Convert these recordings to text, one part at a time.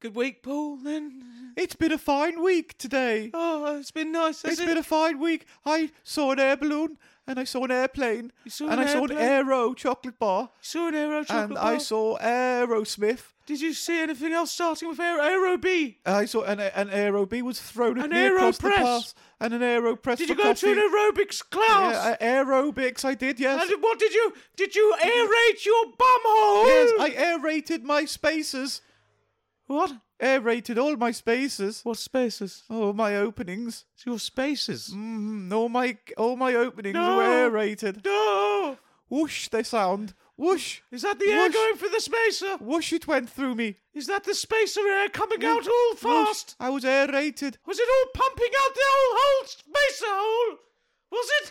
Good week, Paul. And It's been a fine week today. oh, it's been nice. has It's been a fine week. I saw an air balloon and I saw an airplane You saw and an I saw airplane? an Aero chocolate bar saw an aero chocolate and I bar. saw Aerosmith. Did you see anything else starting with aero? Aero B. And I saw an, an Aero bee was thrown at An me across the Aeropress? path and an Aero press. Did for you go coffee. to an aerobics class? Yeah, a- aerobics? I did. Yes. and what did you did you aerate your bum hole? yes. I aerated my spaces. what? Aerated all my spaces. What spaces? All my openings. It's your spaces. Mm, all my all my openings No. were aerated. No. Whoosh! They sound. Whoosh! Is that the air Whoosh. going for the spacer? Whoosh! It went through me. Is that the spacer air coming out all Whoosh. fast? I was aerated. Was it all pumping out the whole whole spacer hole? Was it?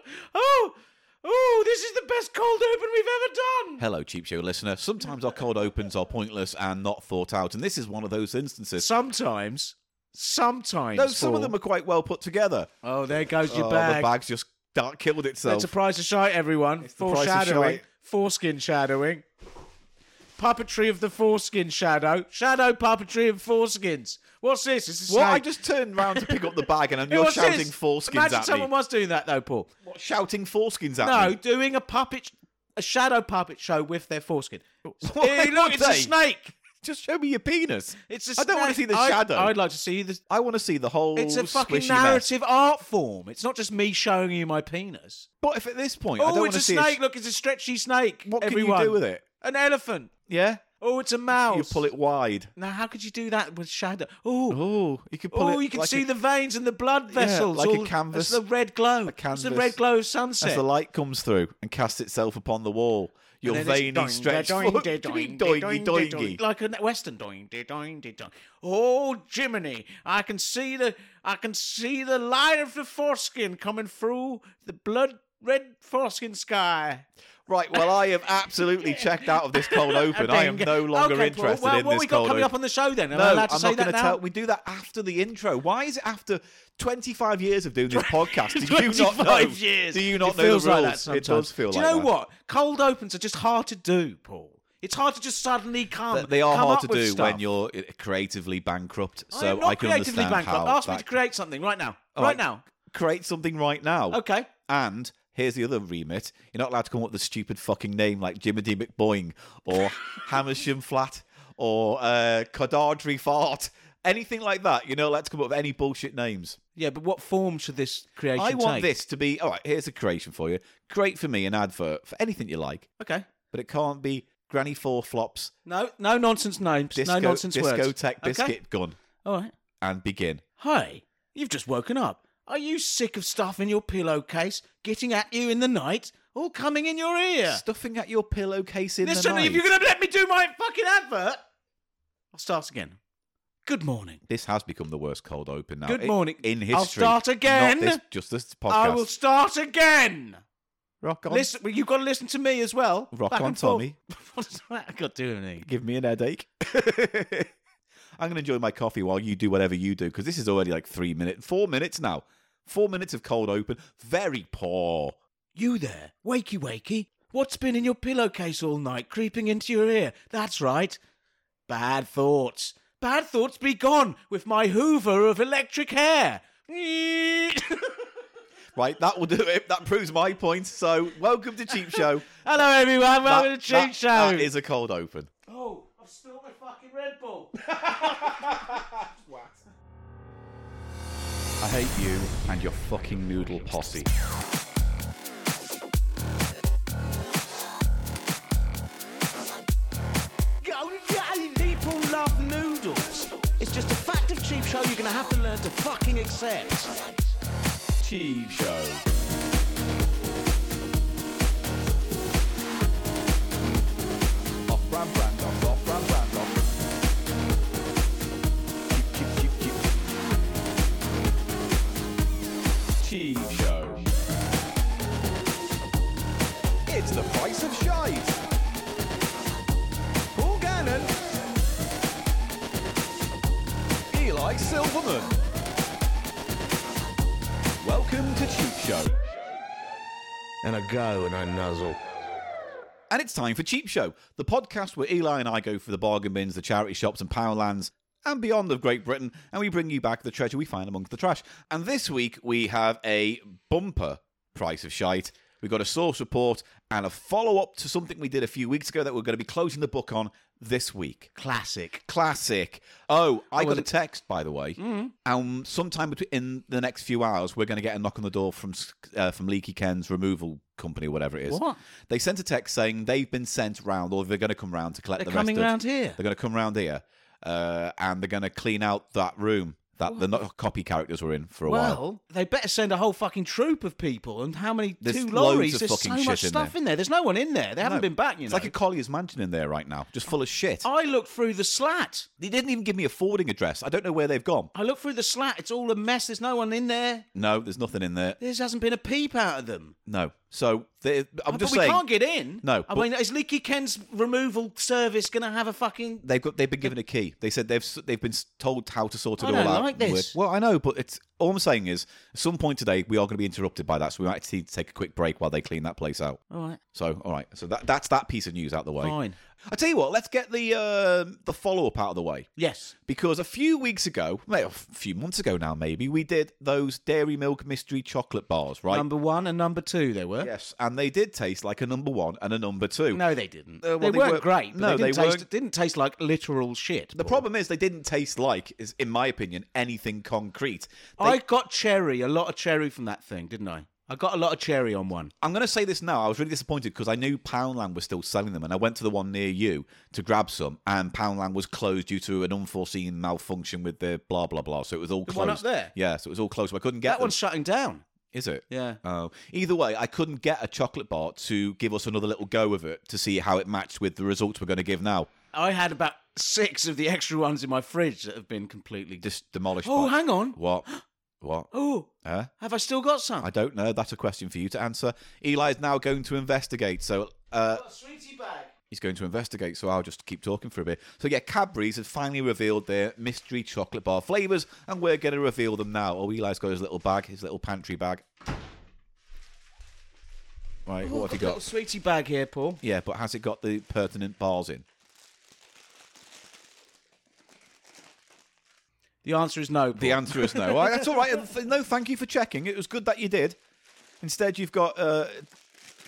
oh, oh! This is the best cold open we've ever done. Hello, Cheap Show listener. Sometimes our cold opens are pointless and not thought out, and this is one of those instances. Sometimes, sometimes. Though some of Paul. them are quite well put together. Oh, there goes your Oh, bag. The bag's just dark killed itself. That's a price of shite, everyone. the price of Foreshadowing, shite. foreskin shadowing, puppetry of the foreskin shadow, shadow puppetry of foreskins. What's this? It's a well, I snake. just turned round to pick up the bag, and Hey, you're what's shouting this? foreskins Imagine at someone me. was doing that though, Paul. What, shouting foreskins at No, me. doing a puppet, a shadow puppet show with their foreskin. Why hey, look, would it's a they? snake. Just show me your penis. It's a I don't want to snake. see the I- shadow. I'd like to see the. I want to see the whole. It's a fucking squishy mess. narrative art form. It's not just me showing you my penis. But if at this point, I don't Oh, want it's to a see snake. Look, it's a stretchy snake. What everyone. can you do with it? An elephant. Yeah, Oh, it's a mouse. you pull it wide. Now, how could you do that with shadow? Oh, Oh, you can pull it. oh, you can like see a, the veins and the blood vessels. like a all- canvas- It's the red glow. It's the canvas. red glow of sunset. as the light comes through and casts itself upon the wall. Your And then it's veiny doing, stretched doing, foot. doing, You mean doing, doingy, doing, doingy? doing, like a western doing, doing, doing, doing. Oh, Jiminy! I can see the, I can see the light of the foreskin coming through the blood red foreskin sky. Right, well, I have absolutely checked out of this cold open. I am Bing. no longer okay, Paul, interested well, in what this we got cold coming open. up on the show then? Am I no, allowed to I'm say not that going to now? tell. We do that after the intro. Why is it after 25 years of doing this podcast? Do you not know? 25 years. Do you not it know feels the rules? Like that it sometimes. does feel do like you know that. what? Cold opens are just hard to do, Paul. It's hard to just suddenly come. They are come hard up to with do stuff. when you're uh, creatively bankrupt. So I am not can creatively understand bankrupt. how Ask me that- Oh, to create something right now. All right right. now. create something right now. Okay. And here's the other remit: you're not allowed to come up with a stupid fucking name like Jiminy McBoing or Hammersham Flat or uh, Cadardry Fart, anything like that. You're not allowed to come up with any bullshit names. Yeah, but what form should this creation I take? want this to be all right. Here's a creation for you. Create for me an advert for anything you like, Okay. but it can't be Granny Four Flops No, no nonsense names. Disco no nonsense words. Discotech Biscuit Okay. Gun All right. and begin. Hi. You've just woken up. Are you sick of stuff in your pillowcase getting at you in the night, all coming in your ear? Stuffing at your pillowcase in Listen, the night. if you're going to let me do my fucking advert, I'll start again. Good morning. This has become the worst cold open now. Good i- morning. In history. I'll start Not again. this- just this podcast. I will start again. Rock on. Listen, well, you've got to listen to me as well. Rock Back on, and forth. Tommy. What's that got to do with me? Give me an headache. I'm going to enjoy my coffee while you do whatever you do because this is already like three minutes, four minutes now. Four minutes of cold open. Very poor. You there, wakey wakey. What's been in your pillowcase all night, creeping into your ear? That's right. Bad thoughts. Bad thoughts be gone with my hoover of electric hair. Right, that will do it. That proves my point. So, welcome to Cheap Show. Hello, everyone. Welcome That- to Cheap that- Show. That is a cold open. Oh, I've spilled my fucking Red Bull. I hate you and your fucking noodle posse. People love noodles. It's just a fact of Cheap Show you're going to have to learn to fucking accept. Cheap Show. Off-brand brand off, off-brand brand off. Cheap, cheap, cheap, cheap, cheap. Cheap Show. It's the price of shite. Paul Gannon. Eli Silverman. Welcome to Cheap Show. and I go and I nuzzle. And it's time for Cheap Show, the podcast where Eli and I go for the bargain bins, the charity shops, and poundlands and beyond of Great Britain, and we bring you back the treasure we find amongst the trash. And this week we have a bumper price of shite. We've got a source report and a follow up to something we did a few weeks ago that we're going to be closing the book on this week. Classic. Classic. Oh, I got was Mm-hmm. a text, by the way. Um, sometime between in the next few hours, we're going to get a knock on the door from s- uh, from Leaky Ken's removal company, whatever it is. What? They sent a text saying they've been sent round, or they're going to come round to collect They're the rest coming of- round here. They're going to come round here, uh, and they're going to clean out that room that the not copy characters were in for a while. Well, they better send a whole fucking troop of people. And how many? There's two loads lorries. of There's fucking so shit much in stuff there. in there. There's no one in there. They haven't No. been back. You It's know. Oh. like a collier's mansion in there right now, just full of shit. I looked through the slat. They didn't even give me a forwarding address. I don't know where they've gone. I looked through the slat. It's all a mess. There's no one in there. No, there's nothing in there. There hasn't been a peep out of them. No. So they, I'm but just we saying. can't get in. No, I but- mean, is Leaky Ken's removal service going to have a fucking? They've got. They've been given a key. They said they've s- they've been s- told how to sort it I all don't out. like and work- this. Well, I know, but it's all I'm saying is, at some point today we are going to be interrupted by that, so we might need to take a quick break while they clean that place out. All right, So, all right. So that that's that piece of news out the way. fine. I tell you what, let's get the um the follow up out of the way Yes. because a few weeks ago, well, a few months ago now, maybe we did those Dairy Milk mystery chocolate bars, right? Number one and number two, they were. yes, and they did taste like a number one and a number two. No, they didn't. Uh, well, they, they weren't were- great. But no, they, didn't they taste, weren't- didn't taste like literal shit. The problem is they didn't taste like, is in my opinion, anything concrete. They- I got cherry, a lot of cherry from that thing, didn't I? I got a lot of cherry on one. I'm going to say this now. I was really disappointed because I knew Poundland was still selling them, and I went to the one near you to grab some, and Poundland was closed due to an unforeseen malfunction with the blah blah blah. So it was all closed. one up there? yeah. So it was all closed. So I couldn't get That them. one's shutting down. Is it? Yeah. Oh, either way, I couldn't get a chocolate bar to give us another little go of it to see how it matched with the results we're going to give now. I had about six of the extra ones in my fridge that have been completely. Just demolished. oh, by- hang on. What? What? Oh, Huh? have I still got some? I don't know. That's a question for you to answer. Eli is now going to investigate. So uh, sweetie bag. he's going to investigate. So I'll just keep talking for a bit. So yeah, Cadbury's have finally revealed their mystery chocolate bar flavors, and we're going to reveal them now. Oh, Eli's got his little bag, his little pantry bag. Right, what have you Little got? sweetie bag here, Paul. Yeah, but has it got the pertinent bars in? The answer is no. Paul. The answer is no. All right, that's all right. Th- No, thank you for checking. It was good that you did. Instead, you've got uh,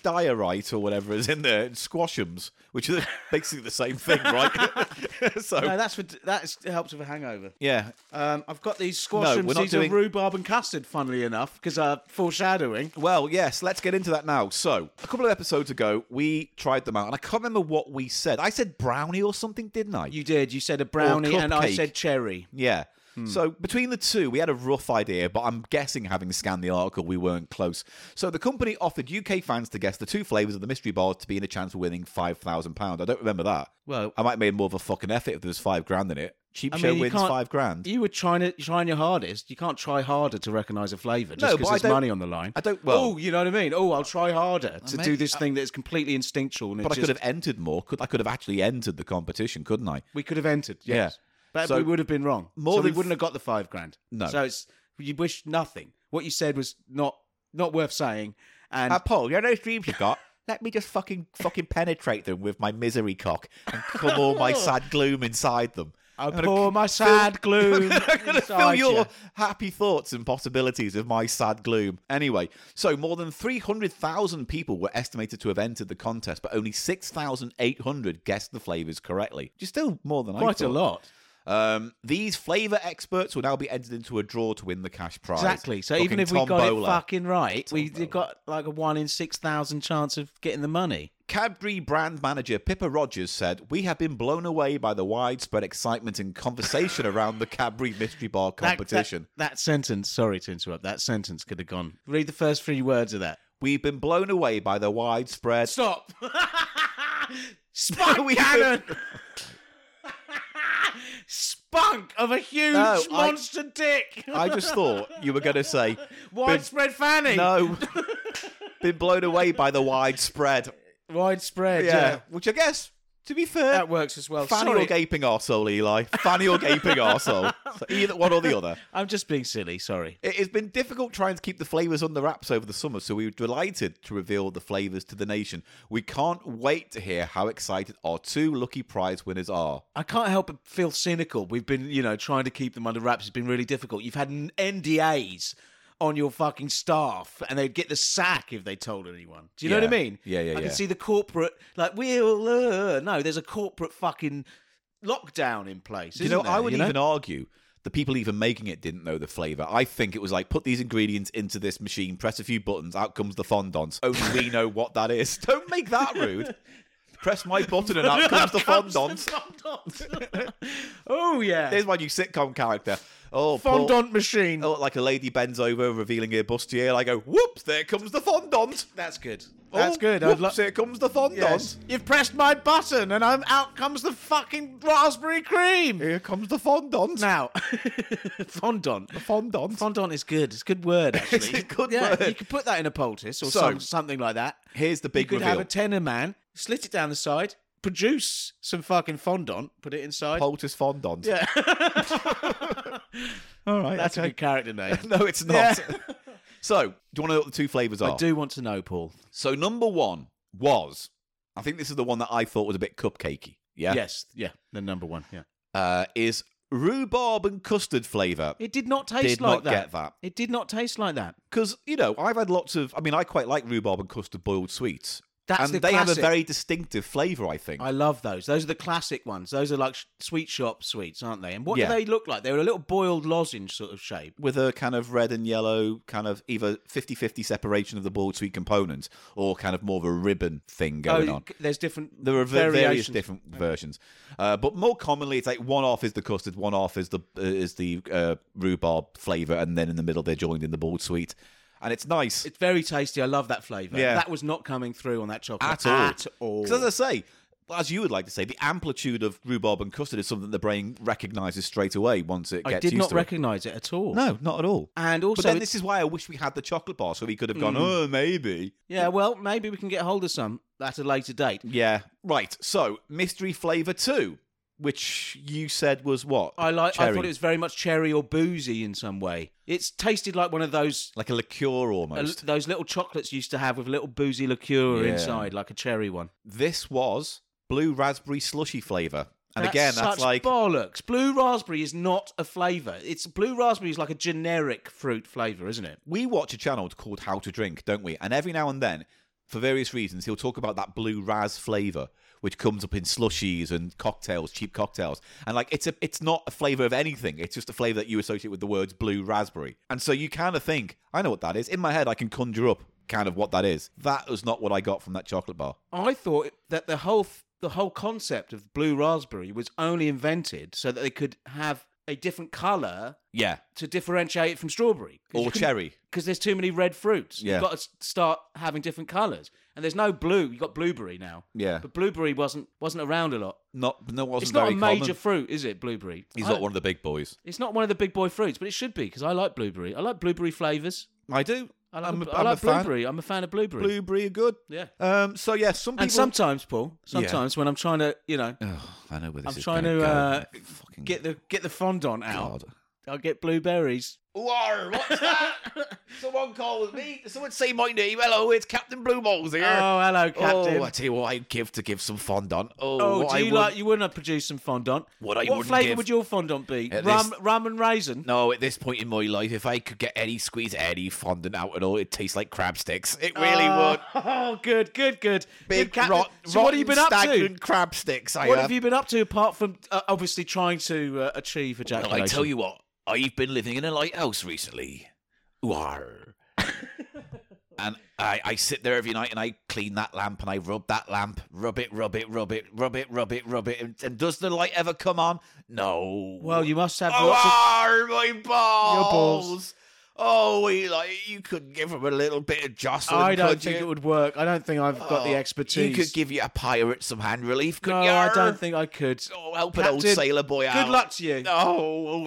diorite or whatever is in there and squashums, which are basically the same thing, right? so, no, that's for that helps with a hangover. yeah. Um, I've got these squash No, and we're not these are doing- rhubarb and custard. Funnily enough, because uh, foreshadowing. Well, yes, let's get into that now. So, a couple of episodes ago, we tried them out, and I can't remember what we said. I said brownie or something, didn't I? You did. You said a brownie, and I cupcake. said cherry. Yeah. Hmm. So between the two, we had a rough idea, but I'm guessing, having scanned the article, we weren't close. So the company offered UK fans to guess the two flavors of the mystery bars to be in a chance of winning five thousand pound. I don't remember that. Well, I might have made more of a fucking effort if there was five grand in it. Cheap I show mean, you wins can't- five grand. You were trying to trying your hardest. You can't try harder to recognise a flavour No, just but because I there's don't- money on the line. I don't- well- oh, you know what I mean. Oh, I'll try harder to do mean, this thing that's completely instinctual. And it But I just, could have entered more. Could I could have actually entered the competition, couldn't I? we could have entered. Yeah. Yes, but So- we would have been wrong. More so we than f- wouldn't have got the five grand. No. So it's you wish nothing. What you said was not not worth saying. And Paul, you know those dreams you got. Let me just fucking fucking penetrate them with my misery cock and come all my sad gloom inside them. I gonna pour my sad gloom I'm going to fill inside your ya. happy thoughts and possibilities with my sad gloom. Anyway, so more than 300,000 people were estimated to have entered the contest, but only 6,800 guessed the flavours correctly. Which is still more than I quite a thought. lot. Um, these flavour experts will now be entered into a draw to win the cash prize. Exactly. So even Fucking if we got it tombola. fucking right, we we got like a one in six thousand chance of getting the money. Cadbury brand manager Pippa Rogers said, We have been blown away by the widespread excitement and conversation around the Cadbury Mystery Bar That- that- competition. That, sentence, sorry to interrupt, that sentence could have gone. Read the first three words of that. We've been blown away by the widespread Stop! Spunk cannon! Spunk of a huge No, I- monster dick! I just thought you were going to say widespread fanning! no. Been blown away by the widespread. Widespread, Yeah. yeah. Which I guess To be fair, That works as well. fanny Sorry, or gaping arsehole, Eli. Fanny or gaping arsehole. So either one or the other. I'm just being silly. Sorry. It has been difficult trying to keep the flavours under wraps over the summer, so we were delighted to reveal the flavours to the nation. We can't wait to hear how excited our two lucky prize winners are. I can't help but feel cynical. We've been, you know, trying to keep them under wraps has been really difficult. You've had n- NDAs on your fucking staff, and they'd get the sack if they told anyone. Do you know what I Yeah. mean? Yeah, yeah, I yeah. can see the corporate, like, we'll, uh, no, there's a corporate fucking lockdown in place. you know, isn't there, I would you know? even argue the people even making it didn't know the flavour. I think it was like, put these ingredients into this machine, press a few buttons, out comes the fondant. Only we know what that is. Don't make that rude. press my button and out comes the Comes the fondant. fondant. oh, yeah. There's my new sitcom character. Oh, poor- fondant machine. Oh, like a lady bends over, revealing her bust to you. And I go, whoops, there comes the fondant. That's good. Oh, That's good. I'd Whoops, lo- here comes the fondant. Yes. You've pressed my button, and I'm out comes the fucking raspberry cream. Here comes the fondant. Now, fondant. Fondant. Fondant is good. It's a good word, actually. It's a good yeah, word. You could put that in a poultice or So- some, something like that. Here's the big you could reveal. have a tenor man, slit it down the side, produce some fucking fondant, put it inside. Poultice fondant. yeah. All right. That's a okay. good character name. No, it's not. so, do you want to know what the two flavours are? I do want to know, Paul. So, number one was, I think this is the one that I thought was a bit cupcakey. Yeah. Yes. Yeah. The number one. Yeah. Uh, is rhubarb and custard flavour. It did not taste Did like not get that. It did not taste like that. Because, you know, I've had lots of, I mean, I quite like rhubarb and custard boiled sweets. That's and the they have a classic. very distinctive flavour, I think. I love those. Those are the classic ones. Those are like sh- sweet shop sweets, aren't they? And what Yeah. do they look like? They're a little boiled lozenge sort of shape. with a kind of red and yellow kind of either 50-50 separation of the boiled sweet components or kind of more of a ribbon thing going oh, on. c- There's different. There are ver- various variations. different versions, uh, but more commonly it's like one off is the custard, one off is the uh, is the uh, rhubarb flavor, and then in the middle they're joined in the boiled sweet, and it's nice It's very tasty. I love that flavour. Yeah. That was not coming through on that chocolate at all. At all. Because as I say, as you would like to say, the amplitude of rhubarb and custard is something the brain recognizes straight away once it I gets did used not to it. recognise it. at all. No, not at all. And But also, Hmm. then this is why I wish we had the chocolate bar, so we could have gone. Oh, maybe. yeah, well, maybe we can get hold of some at a later date. Yeah. Right. So mystery flavor two, which you said was what? I like. I Cherry. thought it was very much cherry or boozy in some way. It's tasted like one of those uh, like a liqueur almost. those little chocolates you used to have with a little boozy liqueur Yeah. inside, like a cherry one. this was blue raspberry slushy flavor, and That's again, that's such like bollocks. Blue raspberry is not a flavour. It's blue raspberry is like a generic fruit flavour, isn't it? we watch a channel called How to Drink, don't we? And every now and then, for various reasons, he'll talk about that blue raz flavor, which comes up in slushies and cocktails, cheap cocktails. And like, it's a, it's not a flavor of anything. It's just a flavor that you associate with the words blue raspberry. And so you kind of think, I know what that is. In my head, I can conjure up kind of what that is. That was not what I got from that chocolate bar. I thought that the whole the whole concept of blue raspberry was only invented so that they could have a different colour Yeah. to differentiate it from strawberry Or cherry. because there's too many red fruits. Yeah. You've got to s- start having different colours, and there's no blue. You got blueberry now. Yeah. But blueberry wasn't wasn't around a lot. Not, no, wasn't It's not a very major common. fruit, is it? Blueberry. He's I- not one of the big boys. It's not one of the big boy fruits, but it should be because I like blueberry. I like blueberry flavors. I do. I like, I'm a- I I'm like a fan. blueberry. I'm a fan of blueberry. Blueberry are good. Yeah. Um, so yeah, some people. And sometimes, Paul, sometimes when I'm trying to, you know, Oh, I know where this I'm is trying gonna to go. uh, Fucking get the get the fondant out, God. I'll get blueberries. War, what's that? Someone called me. Someone say my name. Hello, it's Captain Blue Balls here. Oh, hello, Captain. Oh, I tell you what, I'd give to give some fondant. Oh, Oh, what do I you would... like? You wouldn't produce some fondant. What I wouldn't flavour give- would your fondant be? At Rum, least- rum and raisin. No, at this point in my life, if I could get any squeeze any fondant out at all, it tastes like crab sticks. It really would. Oh, good, good, good. Big good Captain. rot, so what have you rotten, been up to? stagnant crab sticks. I What am. have you been up to apart from uh, obviously trying to uh, achieve Well, ejaculation? I tell you what, I've been living in a lighthouse recently. Ooh-ar. and I, I sit there every night and I clean that lamp and I rub that lamp, rub it, rub it, rub it, rub it, rub it, rub it. And, and does the light ever come on? No. Well, you must have Oh, lots of ar, my balls. balls. Oh, Eli, you could give him a little bit of jostling. I don't could think you? it would work. I don't think I've got the Oh, expertise. You could give you a pirate some hand relief, could no, you? I don't think I could. Oh, help an old Captain, sailor boy out. Good luck to you. No,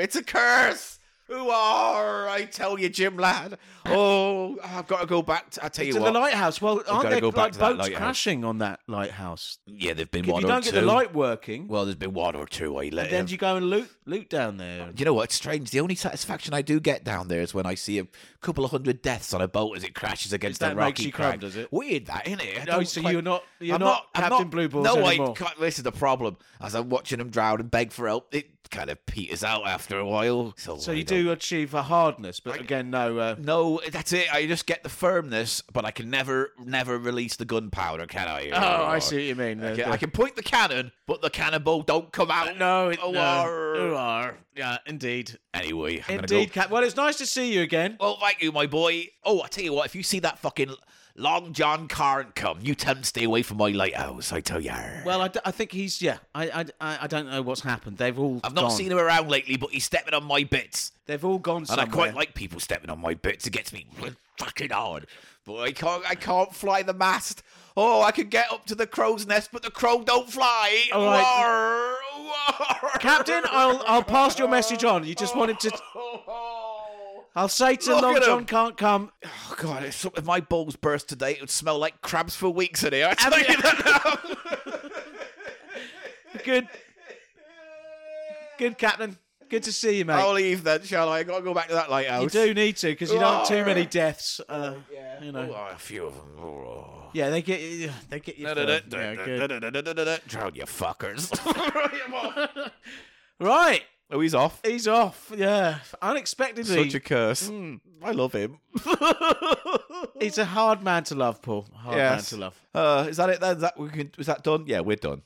it's a curse. Who are? I tell you, Jim lad. Oh, I've got to go back. To, I tell you to what. the lighthouse. Well, aren't gotta there go back like, to that boats lighthouse. crashing on that lighthouse? yeah, there've been If one you or don't two. get the light working, Well, there's been one or two. I let then him. do you go and loot loot down there? You know what? It's strange. The only satisfaction I do get down there is when I see a couple of hundred deaths on a boat as it crashes against that the makes rocky you crumb, crag. does it? Weird, that isn't it? I No, don't Oh, so quite- you're not you're I'm not, I'm Captain not- Blue Balls No, anymore. I can't, this is the problem. As I'm watching them drown and beg for help, it kind of peters out after a while. So, so I you don't- do achieve a hardness, but again, no. Uh, No, that's it. I just get the firmness, but I can never, never release the gunpowder, can I? oh, I see what you mean. The- I can, the- I can point the cannon, but the cannonball don't come out. no, it, Oh, no. arr. You are. Yeah, indeed. Anyway, I'm gonna Indeed, Go. Cap. Well, it's nice to see you again. Well, thank you, my boy. Oh, I tell you what, if you see that fucking Long John Carn come, you tell him to stay away from my lighthouse. I tell you. Well, I, d- I think he's yeah. I, I, I I don't know what's happened. They've all I've not gone. seen him around lately, but he's stepping on my bits. They've all gone And somewhere. I quite like people stepping on my bits. It gets me fucking hard. But I can't I can't fly the mast. Oh, I can get up to the crow's nest, but the crow don't fly. All right. Warr, warr. Captain, I'll I'll pass your message on. You just wanted to. Oh I'll say to Look Long at him. John can't come. god, if, some, if my balls burst today, it would smell like crabs for weeks in here. I tell Have you- you that now. Good, good Captain. Good to see you, mate. I'll leave then, shall I? I gotta go back to that lighthouse. you do need to because you don't have too many deaths. Uh, You Oh, know. a few of them. Oh. Yeah, they get you. They get you. first. Yeah, good. Drown you fuckers. Right, oh, he's off. he's off. Yeah, unexpectedly. Such a curse. Hmm. I love him. He's a hard man to love, Paul. Hard Yes. man to love. Uh, is that it then? Is that, we can, is that done? Yeah, we're done.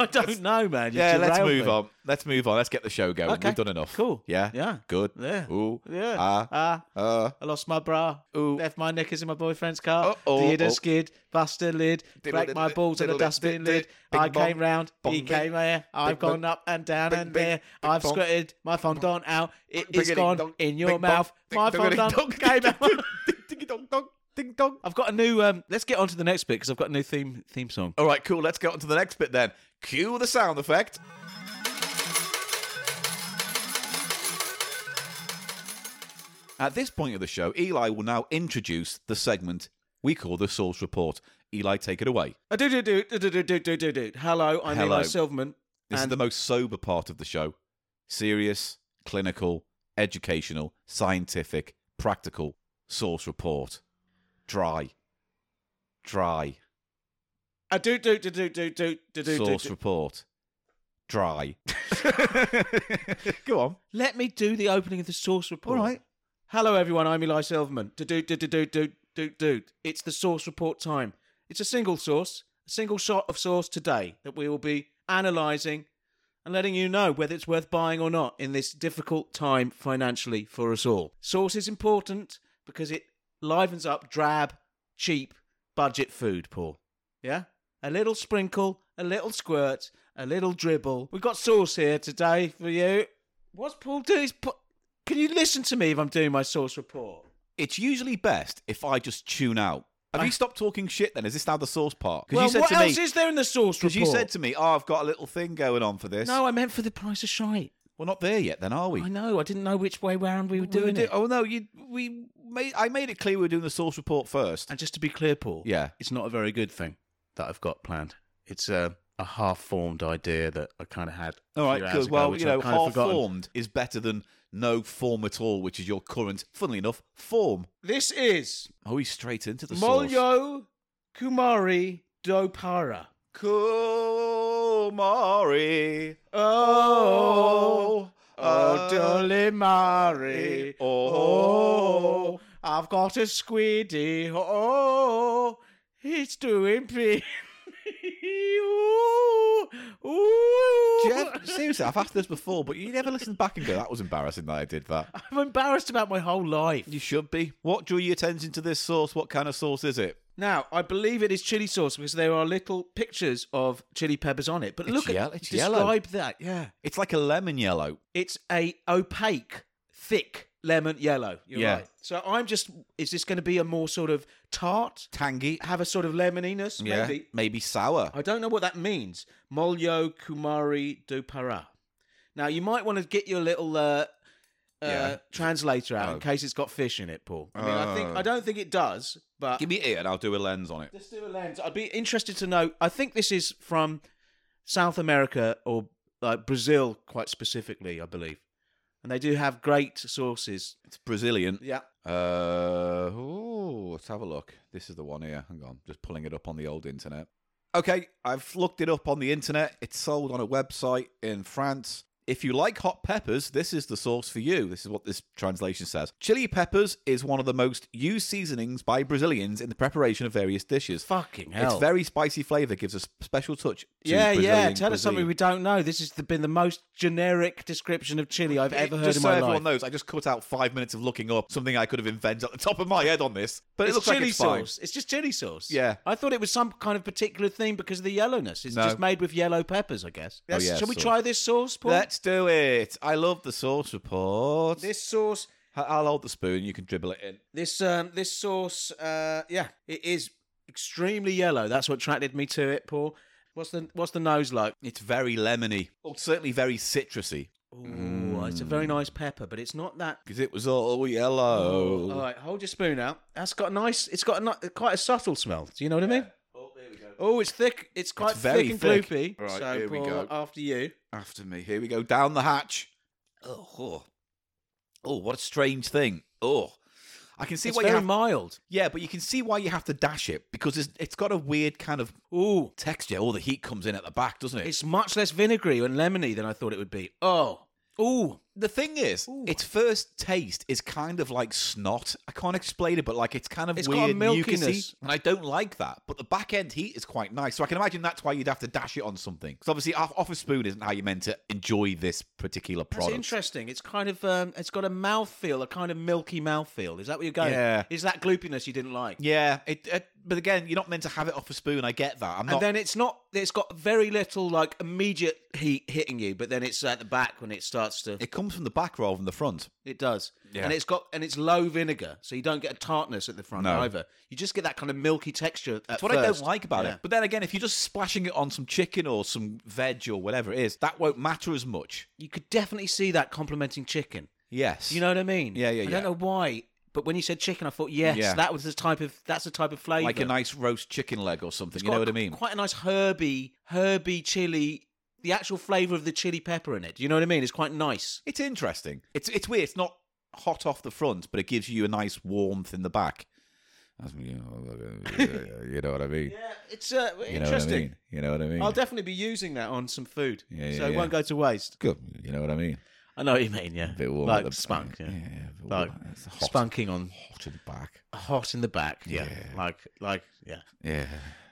I don't know, man. You yeah, let's derailed move me. on. Let's move on. Let's get the show going. Okay. We've done enough. Cool. Yeah. Yeah. Good. Yeah. Ooh. Yeah. Ah. Ah, Uh. I lost my bra. Ooh. Left my knickers in my boyfriend's car. Uh-oh, Did oh. a skid, bust a lid, Diddle break my diddle balls in a diddle dustbin diddle lid. bing I bong, came round, bong he bing, came here. I've bing gone up and down bing and bing, there. bing I've bong, squirted my fondant out. It Ding is ding gone dong, in bing your bong, mouth. ding My dong, ding dong, fondant came ding out. dong, ding dong, dong, ding dong. I've got a new. Um, let's get on to the next bit because I've got a new theme theme song. All right, cool. Let's get on to the next bit then. Cue the sound effect. At this point of the show, Eli will now introduce the segment we call the Source Report. Eli, take it away. Uh, do do do do do do do do do do. Hello, I'm Hello. Eli Silverman. This And- is the most sober part of the show. Serious, clinical, educational, scientific, practical source report. Dry. Dry. I Uh, do do do do do do do do do. source report. Dry. Go on. Let me do the opening of the source report. All right. Hello, everyone. I'm Eli Silverman. Do do do do do do do do. It's the source report time. It's a single source, a single shot of source today that we will be analysing and letting you know whether it's worth buying or not in this difficult time financially for us all. Source is important because it livens up drab, cheap, budget food, Paul. Yeah? A little sprinkle, a little squirt, a little dribble. We've got sauce here today for you. What's Paul doing? He's pu- Can you listen to me if I'm doing my source report? It's usually best if I just tune out. Have you stopped talking shit then? Is this now the source part? Because Well, you said what to else me, is there in the source report? because you said to me, oh, I've got a little thing going on for this. no, I meant for the price of shite. We're not there yet then, are we? I know. I didn't know which way round we were We doing do- it. Oh no, you we made I made it clear we were doing the source report first. And just to be clear, Paul, Yeah. it's not a very good thing that I've got planned. It's a, a half-formed idea that I kind of had. a All right, few hours good. ago, Well, which you I've know, kind of half forgotten. formed is better than no form at all, which is your current, funnily enough, form. This is Oh, he's straight into the source. Molyo Kumari Dopara. Kumari. Oh, oh, uh, Dolly Mary. Oh, Oh. I've got a squiddy. Oh, it's doing pee. Ooh, ooh. Do you ever- seriously, I've asked this before, but you never listen back and go, that was embarrassing that I did that. I'm embarrassed about my whole life. You should be. What drew your attention to this source? What kind of source is it? Now, I believe it is chili sauce because there are little pictures of chili peppers on it. But look yell- at it's describe yellow. that. Yeah. It's like a lemon yellow. It's a opaque, thick lemon yellow. You're Yeah. right. So I'm just is this going to be a more sort of tart? Tangy. Have a sort of lemoniness, Yeah. maybe. Maybe sour. I don't know what that means. Molyo Kumari do Para. Now you might want to get your little uh, uh, Yeah. translator out Oh. in case it's got fish in it, Paul. I mean, I think Oh. I don't think it does, but Give me it, and I'll do a lens on it. let's do a lens. I'd be interested to know. I think this is from South America or like Brazil, quite specifically, I believe. And they do have great sources. It's Brazilian. Yeah. Uh, ooh, let's have a look. This is the one here. Hang on, just pulling it up on the old internet. Okay, I've looked it up on the internet. It's sold on a website in France. If you like hot peppers, this is the source for you. This is what this translation says. Chili peppers is one of the most used seasonings by Brazilians in the preparation of various dishes. Fucking hell. Its very spicy flavor gives a s- special touch. To yeah, yeah. Brazilian Tell us something cuisine. we don't know. This has been the most generic description of chili I've ever heard just in so my everyone life. knows, I just cut out five minutes of looking up something I could have invented at the top of my head on this, but it it's looks chili like it's fine. sauce. It's just chili sauce. Yeah. I thought it was some kind of particular thing because of the yellowness. It's No. Oh, just made with yellow peppers, I guess. That's- yeah, shall we sauce. try this sauce, Paul? Let's do it. I love the sauce report. This sauce, I- I'll hold the spoon. You can dribble it in. this um, this sauce, uh, yeah, it is extremely yellow. That's what attracted me to it, Paul. What's the what's the nose like? It's very lemony. Well, certainly very citrusy Ooh, it's a very Mm. nice pepper, but it's not that. because it was all yellow. All right, hold your spoon out. That's got a nice. It's got a, ni- quite a subtle smell. Do you know what I mean? Oh, there we go. Oh, it's thick. It's quite very thick and thick. gloopy. Right, so, here we Paul, go. after you. After me. Here we go. Down the hatch. Oh, oh, Oh, what a strange thing. Oh, I can see it's why very you have. mild. yeah, but you can see why you have to dash it because it's, it's got a weird kind of Ooh, texture. All the heat comes in at the back, doesn't it? it's much less vinegary and lemony than I thought it would be. Oh, ooh, The thing is, Ooh. its first taste is kind of like snot. I can't explain it, but like it's kind of It's got a weird, milkiness. mucusy, and I don't like that. But the back end heat is quite nice, so I can imagine that's why you'd have to dash it on something. Because obviously, off, off a spoon isn't how you're meant to enjoy this particular that's product. interesting. It's kind of, um, it's got a mouthfeel, a kind of milky mouthfeel. Is that what you're going? Yeah. Is that gloopiness you didn't like? Yeah, it, it, but again, you're not meant to have it off a spoon. I get that. I'm And not. then it's not. It's got very little like immediate heat hitting you, but then it's at the back when it starts to. it comes from the back rather than the front. It does. Yeah. And it's got and it's low vinegar, so you don't get a tartness at the front No. either. You just get that kind of milky texture. At That's what I don't like about Yeah. it. But then again, if you're just splashing it on some chicken or some veg or whatever it is, that won't matter as much. You could definitely see that complementing chicken. Yes. Do you know what I mean? Yeah, yeah, I yeah. don't know why, but when you said chicken, I thought yes, Yeah. that was the type of that's the type of flavour. like a nice roast chicken leg or something. It's You know got what I a- mean? Quite a nice herby, herby chili. The actual flavour of the chili pepper in it. Do you know what I mean? It's quite nice. It's interesting. It's it's weird. It's not hot off the front, but it gives you a nice warmth in the back. That's- You know you know what I mean? Yeah, it's uh, You know what I interesting. mean? You know what I mean? I'll definitely be using that on some food, Yeah, so yeah, it won't go to waste. Good. You know what I mean? I know what you mean. Yeah, A bit warm like at the spunk. Yeah. Yeah, yeah, a bit Like warm. It's hot, spunking on hot in the back. hot in the back. Yeah. Yeah. Like like yeah. Yeah,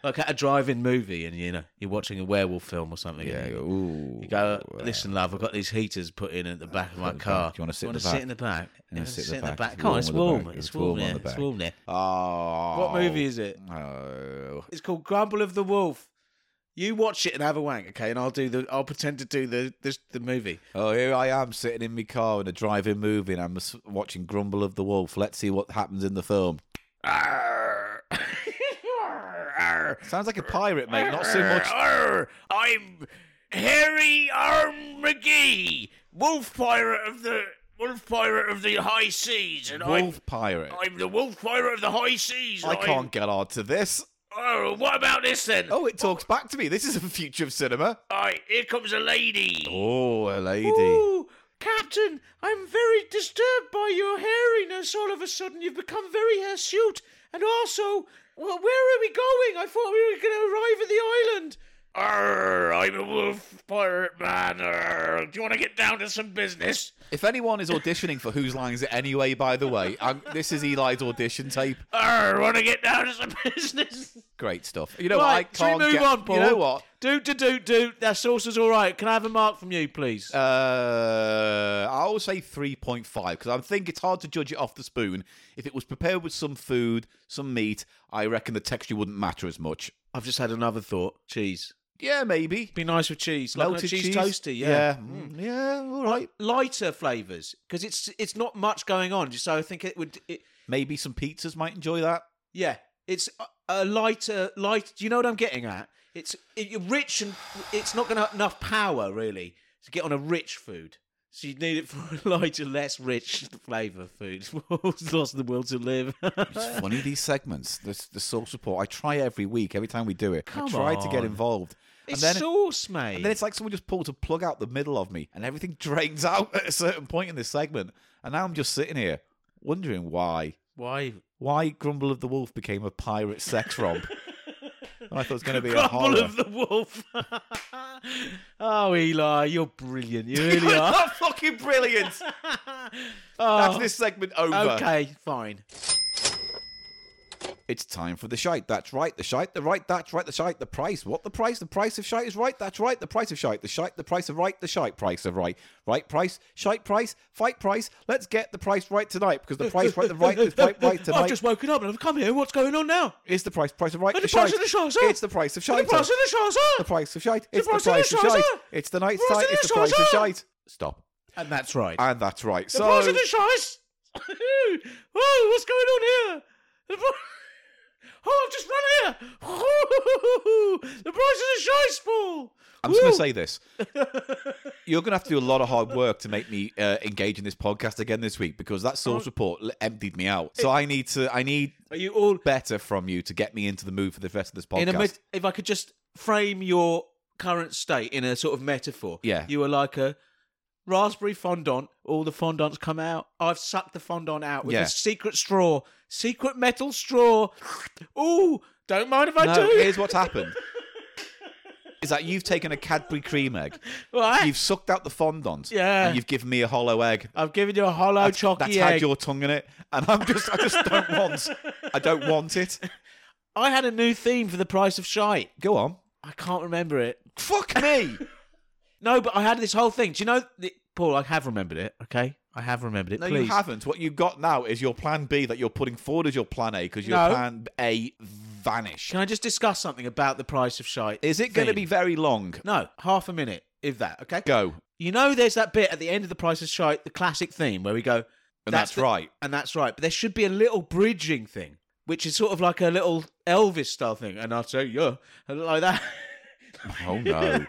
Like at a drive-in movie, and you know you're watching a werewolf film or something. yeah. and you you, go, Ooh, you go, listen, love, I've got these heaters put in at the back of my the back. car. Do Oh, you wanna sit in wanna the back? in the back? You wanna Yeah, sit in the sit in the back? back? It's Come on, warm it's on the warm. back. It's It's warm warm. on yeah, the It's back. warm there. Oh, What movie is it? Oh, It's called Grumble of the Wolf. You watch it and have a wank, okay? And I'll do the. I'll pretend to do the this, the movie. Oh, here I am sitting in my car in a drive-in movie, and I'm s- watching Grumble of the Wolf. Let's see what happens in the film. Arr! Arr! Sounds like a pirate, mate. Not so much. I'm Harry Arm McGee, wolf pirate of the wolf pirate of the high seas, and Wolf pirate. I'm I'm the wolf pirate of the high seas. I can't get on to this. Oh, what about this then? Oh, it talks back to me. This is a future of cinema. Aye, here comes a lady. Oh, a lady. Ooh, Captain, I'm very disturbed by your hairiness. All of a sudden, you've become very hirsute, and also, well, where are we going? I thought we were going to arrive at the island. Arr, I'm a wolf pirate man. Arr, do you want to get down to some business? If anyone is auditioning for Whose Lines It Anyway, by the way, i this is Eli's audition tape. Arr, want to get down to some business? Great stuff. You know what? I right, can't should we move get- on, Paul? You know what? Doot, doot, doot, doot. That sauce is all right. Can I have a mark from you, please? Uh, I'll say 3.5 because I think it's hard to judge it off the spoon. If it was prepared with some food, some meat, I reckon the texture wouldn't matter as much. I've just had another thought. Cheese. Yeah, maybe. Be nice with cheese. Like on a cheese, toasty, yeah. Hmm. Yeah, Mm, yeah, all right. Lighter flavours, because it's it's not much going on. So I think it would. It, Maybe some pizzas might enjoy that. yeah, it's a, a lighter light. Do you know what I'm getting at? It's it, you're rich and it's not going to have enough power really to get on a rich food. So you'd need it for a lighter, less rich flavour food. What's lost in the will to live? Uh. It's funny these segments. This the soul support. I try every week. Every time we do it, Come I try to get on. involved. it's and then, sauce, mate. and then it's like someone just pulled a plug out the middle of me, and everything drains out at a certain point in this segment. And now I'm just sitting here wondering why Why? why Grumble of the Wolf became a pirate sex romp. And I thought it was going to be a Grumble horror. of the wolf. oh, Eli, you're brilliant. You really It's are. not fucking brilliant. That's Oh, this segment over. okay, fine. It's time for the shite. That's right. The shite. The right. That's right. The shite. The price. What the price? The price of shite is right. That's right. The price of shite. The shite. The price of right. The shite price of right. Right price. Shite price. Fight price. Let's get the price right tonight because the price right. The right. The right. Right I've tonight just woken up and I've come here. What's going on now? is the price. Price of right. And the price shite. of the shite, sir. It's the price of The shite. price of the shite, sir. The price of shite. It's the price price of the of shite, shite. sir. It's the night The price of site. the It's the shite, price of sir. shite. Stop. And that's right. And that's right. The price Uh, So of the shite. oh, what's going on here? The pri- oh, I've just run here. the price of the shite's full. I'm just going to say this. You're going to have to do a lot of hard work to make me uh, engage in this podcast again this week because that source Oh. report l- emptied me out. So I need to, I need Are you all better from you to get me into the mood for the rest of this podcast. in a met- if I could just frame your current state in a sort of metaphor. Yeah. You were like a raspberry fondant, all the fondants come out. I've sucked the fondant out with Yeah. a secret straw. Secret metal straw. Ooh, don't mind if I no, do. here's what's happened. Is that you've taken a Cadbury cream egg, Right? you've sucked out the fondant, Yeah. and you've given me a hollow egg. I've given you a hollow That's chocky had egg. your tongue in it, and I'm just, I just don't want, I don't want it. I had a new theme for the price of shite. Go on. I can't remember it. Fuck me. No, but I had this whole thing. Do you know, the- Paul? I have remembered it. Okay, I have remembered it. No, Please. you haven't. What you've got now is your plan B that you're putting forward as your plan A because your No. plan A vanished. Can I just discuss something about the price of shite? Is it going to theme? be very long? No, half a minute, if that. Okay. Go. You know, there's that bit at the end of the Price is Shite, the classic theme where we go, And that's, the- right. and that's right. But there should be a little bridging thing, which is sort of like a little Elvis style thing, and I'll say yeah, and like that. Oh, no.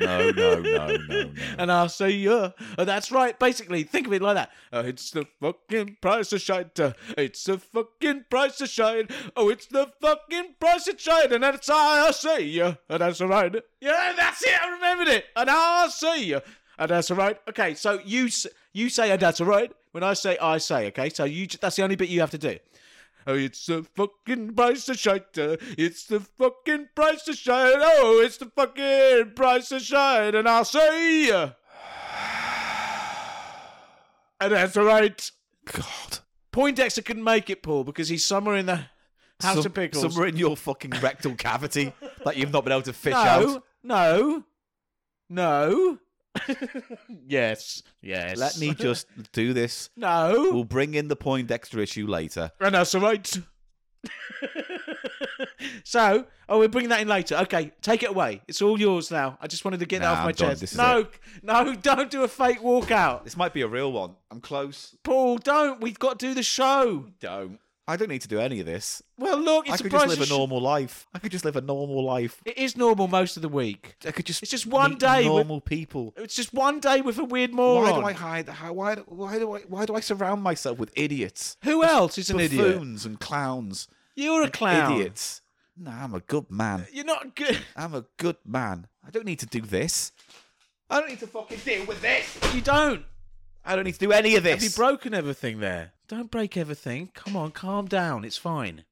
no, no, no, no, no. And I'll say, yeah, and that's right. Basically, think of it like that. Uh, it's the fucking price of shite. uh, it's the fucking price of shite. Oh, it's the fucking price of shite. And that's how I say, yeah, and that's all right. Yeah, that's it. I remembered it. And I'll say, yeah, and that's all right. Okay, so you s- you say, and that's all right. When I say, I say. Okay, so you ju- that's the only bit you have to do. Oh, it's the fucking price of shite. uh, It's the fucking price of shite. Oh, it's the fucking price of shite. And I'll say, uh, and that's all right. God. Poindexter couldn't make it, Paul, because he's somewhere in the House Some- of Pickles. Somewhere in your fucking rectal cavity that you've not been able to fish no, out. no, no. yes, yes. Let me just do this. No. We'll bring in the Poindexter issue later. And that's all right. so, oh, we're bringing that in later. Okay, take it away. It's all yours now. I just wanted to get that Nah, off my I'm done. chest. This is no, no, don't do a fake walkout. This might be a real one. I'm close. Paul, don't. We've got to do the show. Don't. I don't need to do any of this. Well, look, it's I a could just price live of a sh- normal life. I could just live a normal life. It is normal most of the week. I could just It's just one meet day with- normal people. It's just one day with a weird Why moron. do I hide? How, why, do- why do I? Why do I surround myself with idiots, Who else is an idiot? buffoons, and clowns? You're a clown. Idiots. No, I'm a good man. You're not good. I'm a good man. I don't need to do this. I don't need to fucking deal with this. You don't. I don't need to do any of Have you this. broken everything there? Don't break everything. Come on, calm down. It's fine.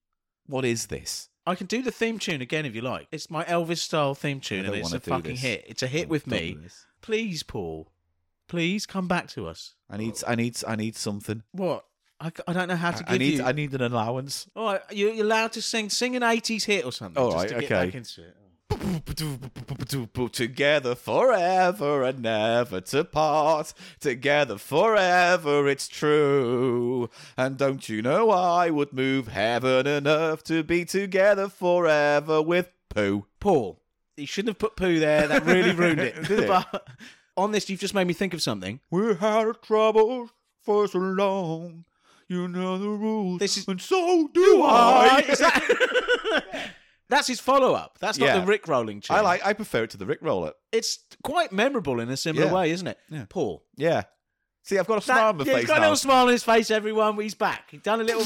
what is this? I can do the theme tune again if you like. It's my Elvis style theme tune, and don't it's wanna a do fucking this. hit. It's a hit with Done me. with this. Please, Paul. Please come back to us. I need. I need. I need something. What? I, c- I don't know how to give I need. you. I need an allowance. All right, you're you're allowed to sing. Sing an '80s hit or something. All just right, to Get okay. back into it. Together forever and never to part. Together forever, it's true. And don't you know I would move heaven and earth to be together forever with poo. Paul, you shouldn't have put poo there. That really ruined it. Did it? But on this, you've just made me think of something. We had our troubles for so long. You know the rules. Oh, This is- and so do I. Is that- Oh, That's his follow up. That's not Yeah. the Rick rolling tune. I like. I prefer it to the Rick Roller. It's quite memorable in a similar Yeah. way, isn't it? Yeah. Paul. Yeah. See, I've got a smile on my yeah, he's face got a now. little smile on his face, everyone. He's back. He's done a little.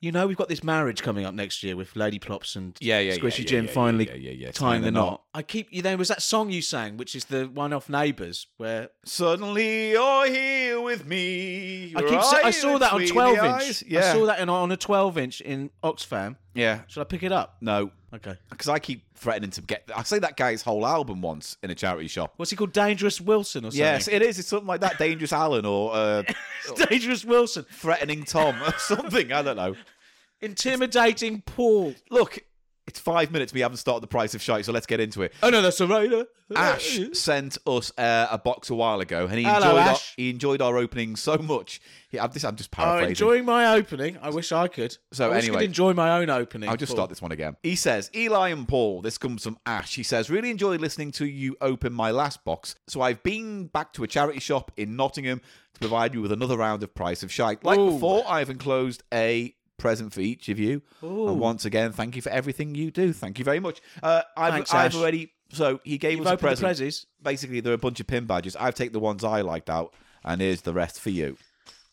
you know, we've got this marriage coming up next year with Lady Plops and Yeah, yeah, Squishy yeah, Jim yeah, yeah, finally yeah, yeah, yeah, tying the knot. I keep. you. There was that song you sang, which is the one off Neighbours, where Suddenly you're here with me. I Your keep. sa- I eyes saw that on between twelve the inch. eyes. Yeah. I saw that in, on a twelve inch in Oxfam. Yeah. Should I pick it up? No, Okay. because I keep threatening to get. I say that guy's whole album once in a charity shop. What's he called? Dangerous Wilson or something? Yes, it is. It's something like that. Dangerous Alan or uh, Dangerous Wilson. threatening Tom or something. I don't know. Intimidating Paul. Look, it's five minutes. We haven't started the price of shite, so let's get into it. Oh no, that's a raider. Ash sent us uh, a box a while ago, and he Hello, enjoyed our, Ash. he enjoyed our opening so much. He, I'm, this, I'm just Oh, paraphrasing. enjoying my opening. I wish I could. So I wish I anyway- could enjoy my own opening. I'll just Paul. start this one again. He says, Eli and Paul, this comes from Ash. He says, really enjoyed listening to you open my last box. So I've been back to a charity shop in Nottingham to provide you with another round of price of shite. Like Ooh. before, I've enclosed a present for each of you. And once again, thank you for everything you do. Thank you very much. Uh, I've, Thanks, I've Ash. already. So he gave You've us a opened the present. prezzies, Basically, there are a bunch of pin badges. I've taken the ones I liked out, and here's the rest for you.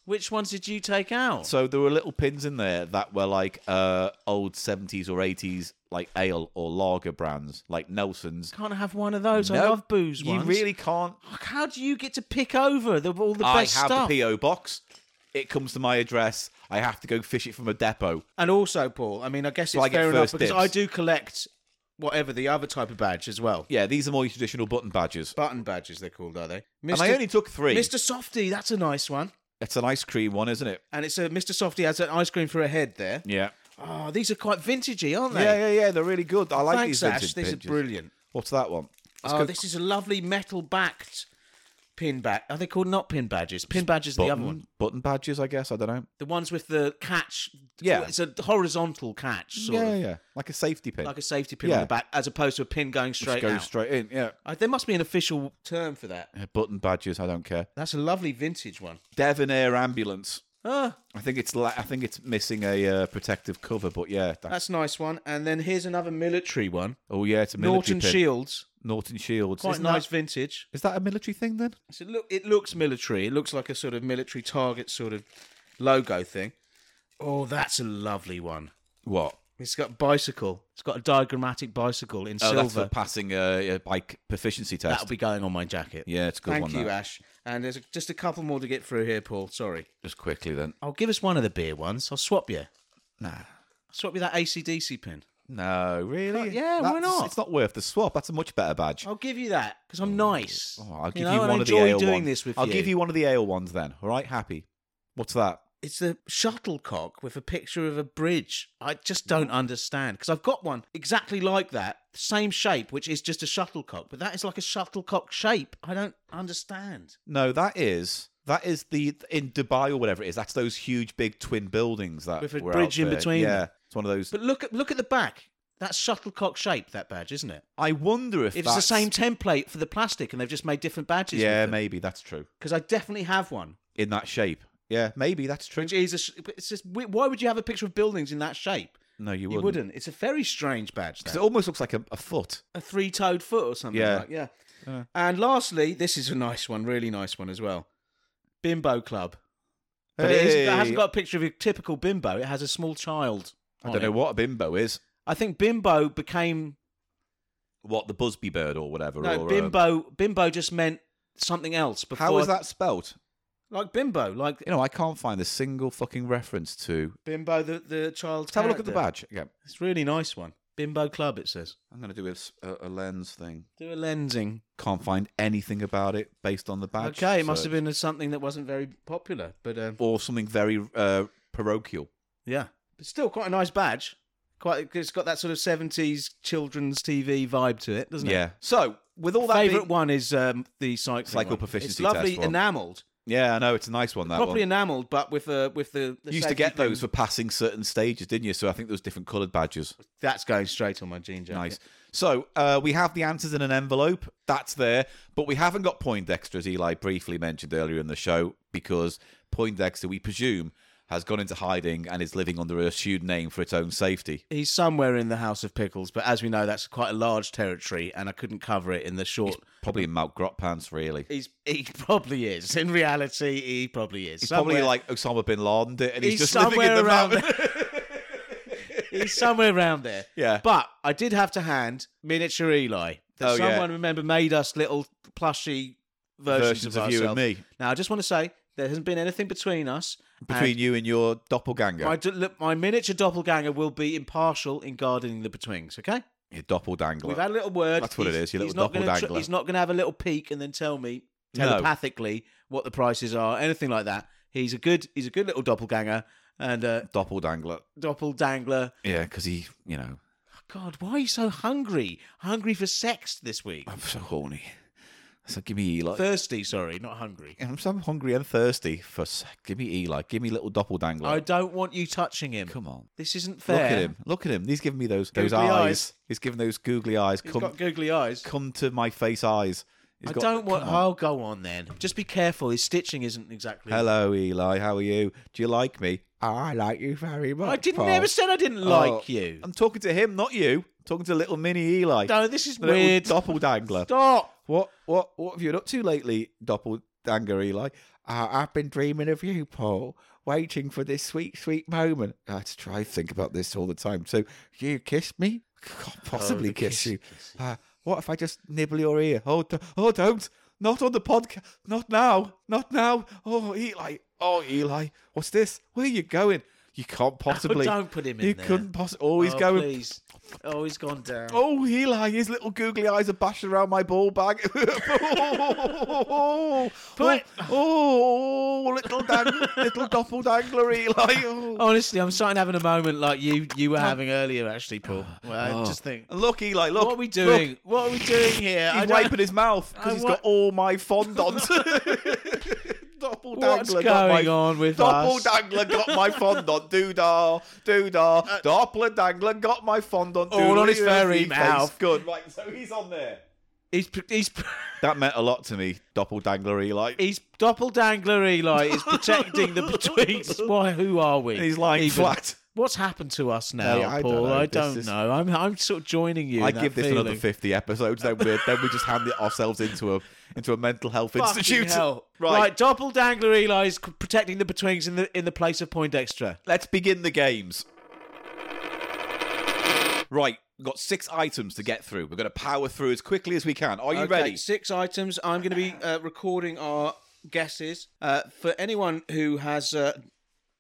Which ones did you take out? So there were little pins in there that were like uh, old 70s or 80s, like ale or lager brands, like Nelson's. Can't have one of those. I No, love booze You ones. really can't. How do you get to pick over the, all the I have best stuff? the PO box. It comes to my address. I have to go fish it from a depot. and also, Paul, I mean, I guess it's I get fair enough first because dibs. I do collect whatever the other type of badge as well. Yeah, these are more your traditional button badges. Button badges, they're called, are they? Mr. And I only took three. Mr. Softy, that's a nice one. It's an ice cream one, isn't it? And it's a Mr. Softy has an ice cream for a head there. Yeah. Oh, these are quite vintagey, aren't they? Yeah, yeah, yeah. They're really good. I like Thanks, these Ash. vintage These pictures. are brilliant. What's that one? Let's oh, go- this is a lovely metal backed pin badge. Are they called not pin badges? Pin badges are button, the other one. button badges, I guess. I don't know. The ones with the catch. Yeah. It's a horizontal catch, sort Yeah, of. yeah. Like a safety pin. Like a safety pin on Yeah. the back, as opposed to a pin going straight Goes out. straight in. Yeah. Uh, there must be an official term for that. Yeah, Button badges. I don't care. That's a lovely vintage one. Devonair ambulance. Ah, I think it's la- I think it's missing a uh, protective cover, but yeah. That- that's a nice one. And then here's another military one. oh yeah, it's a military Norton pin. Shields. Norton Shields. Quite Isn't nice That, vintage. is that a military thing then? So look, it looks military. It looks like a sort of military target sort of logo thing. Oh, that's a lovely one. What? It's got bicycle. It's got a diagrammatic bicycle in Oh, that's for silver. passing a, a bike proficiency test. That'll be going on my jacket. yeah, it's a good Thank one. you, that. Ash. And there's just a couple more to get through here, Paul. Sorry. Just quickly then. I'll give us one of the beer ones. I'll swap you. Nah. Swap you that ACDC pin. No, really? yeah, why That's- not? It's not worth the swap. That's a much better badge. I'll give you that because I'm nice. Oh, I'll give know, you and one I of the enjoy ale doing ones. this with I'll you. give you one of the ale ones then. All right, happy. What's that? It's the shuttlecock with a picture of a bridge. I just don't understand because I've got one exactly like that, same shape, which is just a shuttlecock, but that is like a shuttlecock shape. I don't understand. No, that is that is the in Dubai or whatever it is. That's those huge big twin buildings that With a were bridge out in there. between Yeah, them. it's one of those. But look at look at the back. That's shuttlecock shape. That badge, isn't it? I wonder if If that's, it's the same template for the plastic, and they've just made different badges. Yeah, maybe that's true. Because I definitely have one, In that shape. Yeah, maybe that's true. which is a. sh- It's just wi- why would you have a picture of buildings in that shape? No, you You wouldn't. wouldn't. It's a very strange badge. 'Cause That. It almost looks like a, a foot. a three-toed foot or something. Yeah. like yeah. And lastly, this is a nice one, really nice one as well. Bimbo Club, but it, isn't, it hasn't Hey! got a picture of a typical bimbo. It has a small child. I on don't it. know what a bimbo is. I think bimbo became What the Busby bird or whatever. no or, um, bimbo. Bimbo just meant something else before. how is that spelt? Like bimbo, like You know, I can't find a single fucking reference to. bimbo the the child. Let's have a look at the character. badge again. It's really nice one. Bimbo Club. It says I'm going to do a s- a, a lens thing. do a lensing. Can't find anything about it based on the badge. okay, it must search. have been something that wasn't very popular, but um, or something very uh, parochial. Yeah, but still quite a nice badge. Quite, it's got that sort of seventies children's TV vibe to it, doesn't it? Yeah. So with all that Favorite being- one is um, the cycling. Cycle one. proficiency It's lovely test one. enamelled. Yeah, I know it's a nice one. That Properly one. enamelled, but with the with the, the You used to safety get thing. those for passing certain stages, didn't you? So I think there was different coloured badges. That's going straight on my jean jacket. Nice. So uh, we have the answers in an envelope. That's there, but we haven't got Poindexter, as Eli briefly mentioned earlier in the show, because Poindexter, we presume, has gone into hiding and is living under a assumed name for its own safety. He's somewhere in the House of Pickles, but as we know, that's quite a large territory, and I couldn't cover it in the short. Probably in Mount Grot Pants, really. He's, he probably is. In reality, he probably is. He's probably like Osama bin Laden, did, and he's, he's, just living somewhere in the around. mountain. he's somewhere around there. Yeah. But I did have to hand miniature Eli. That Oh, yeah. someone remember made us little plushy versions, Versions of, of you and ourselves. me. Now I just want to say there hasn't been anything between us. and Between you and your doppelganger, my, d- look, my miniature doppelganger will be impartial in guarding the betwings. Okay. your We've doppelganger. had a little word. That's what it He's- is, your he's little not gonna tr- doppelganger. he's not going to have a little peek and then tell me No. telepathically what the prices are, anything like that. He's a good. He's a good little doppelganger and a Doppelganger. dangler. Yeah, because he, you know, God, why are you so hungry? Hungry for sex this week? I'm so horny. So give me Eli. Thirsty, sorry, not hungry. I'm so hungry and thirsty for sex. Give me Eli. Give me little doppelganger. I don't want you touching him. Come on. This isn't fair. Look at him. Look at him. He's giving me those those Googly eyes. eyes. He's giving those googly eyes. He's come got googly eyes. come to my face eyes. He's I got- don't want. come on. Oh, go on then. Just be careful. His stitching isn't exactly. Hello, Eli. How are you? Do you like me? "Ah, I like you very much. I didn't Paul. ever said I didn't Oh, like you. I'm talking to him, not you. I'm talking to little mini Eli. No, this is the little weird. doppelganger. Stop. What what what have you been up to lately, doppelganger Eli? Uh, I've been dreaming of you, Paul, waiting for this sweet, sweet moment. I had to try and think about this all the time. So you kiss me? Can't possibly Oh, the kiss, kiss- you. Uh, what if I just nibble your ear? Oh, do- oh, don't! Not on the podcast. Not now. Not now. Oh, Eli. Oh, Eli. What's this? Where are you going? You can't possibly. don't put him in You there. couldn't possibly. Oh, he's oh, going. Please. Oh, he's gone down. Oh, Eli, his little googly eyes are bashing around my ball bag. oh, Put- oh, oh, little dang, little doppeldangler, Eli. Oh. Honestly, I'm starting having a moment like you you were having earlier, actually, Paul. Well, I Oh. just think, And look, Eli, look. what are we look, doing? What are we doing here? I he's don't- wiping his mouth because I he's wa- got all my fondant. Doppeldangler What's got my- going on with us? Doppeldangler got my fondant, doodah, doodah. Doppeldangler got my fondant, Uh, All on doodle, his ear, fairy face. mouth. Good, right, so he's on there. He's he's That meant a lot to me, Doppeldangler Eli. he's doppelganger Eli is protecting the betweens. Why? Who are we? He's lying Even- flat. What's happened to us now, Hey, I don't Paul? know. I This don't is- know. I'm I'm sort of joining you. I in that give this feeling. another 50 episodes, then, we're, then we just hand it ourselves into a into a mental health Fucking institute. hell. Right. Right. doppelganger Eli is c- protecting the betwings in the in the place of Poindextra. Let's begin the games. Right, we've got six items to get through. We're going to power through as quickly as we can. Are you okay, ready? Six items. I'm going to be uh, recording our guesses. Uh, for anyone who has uh,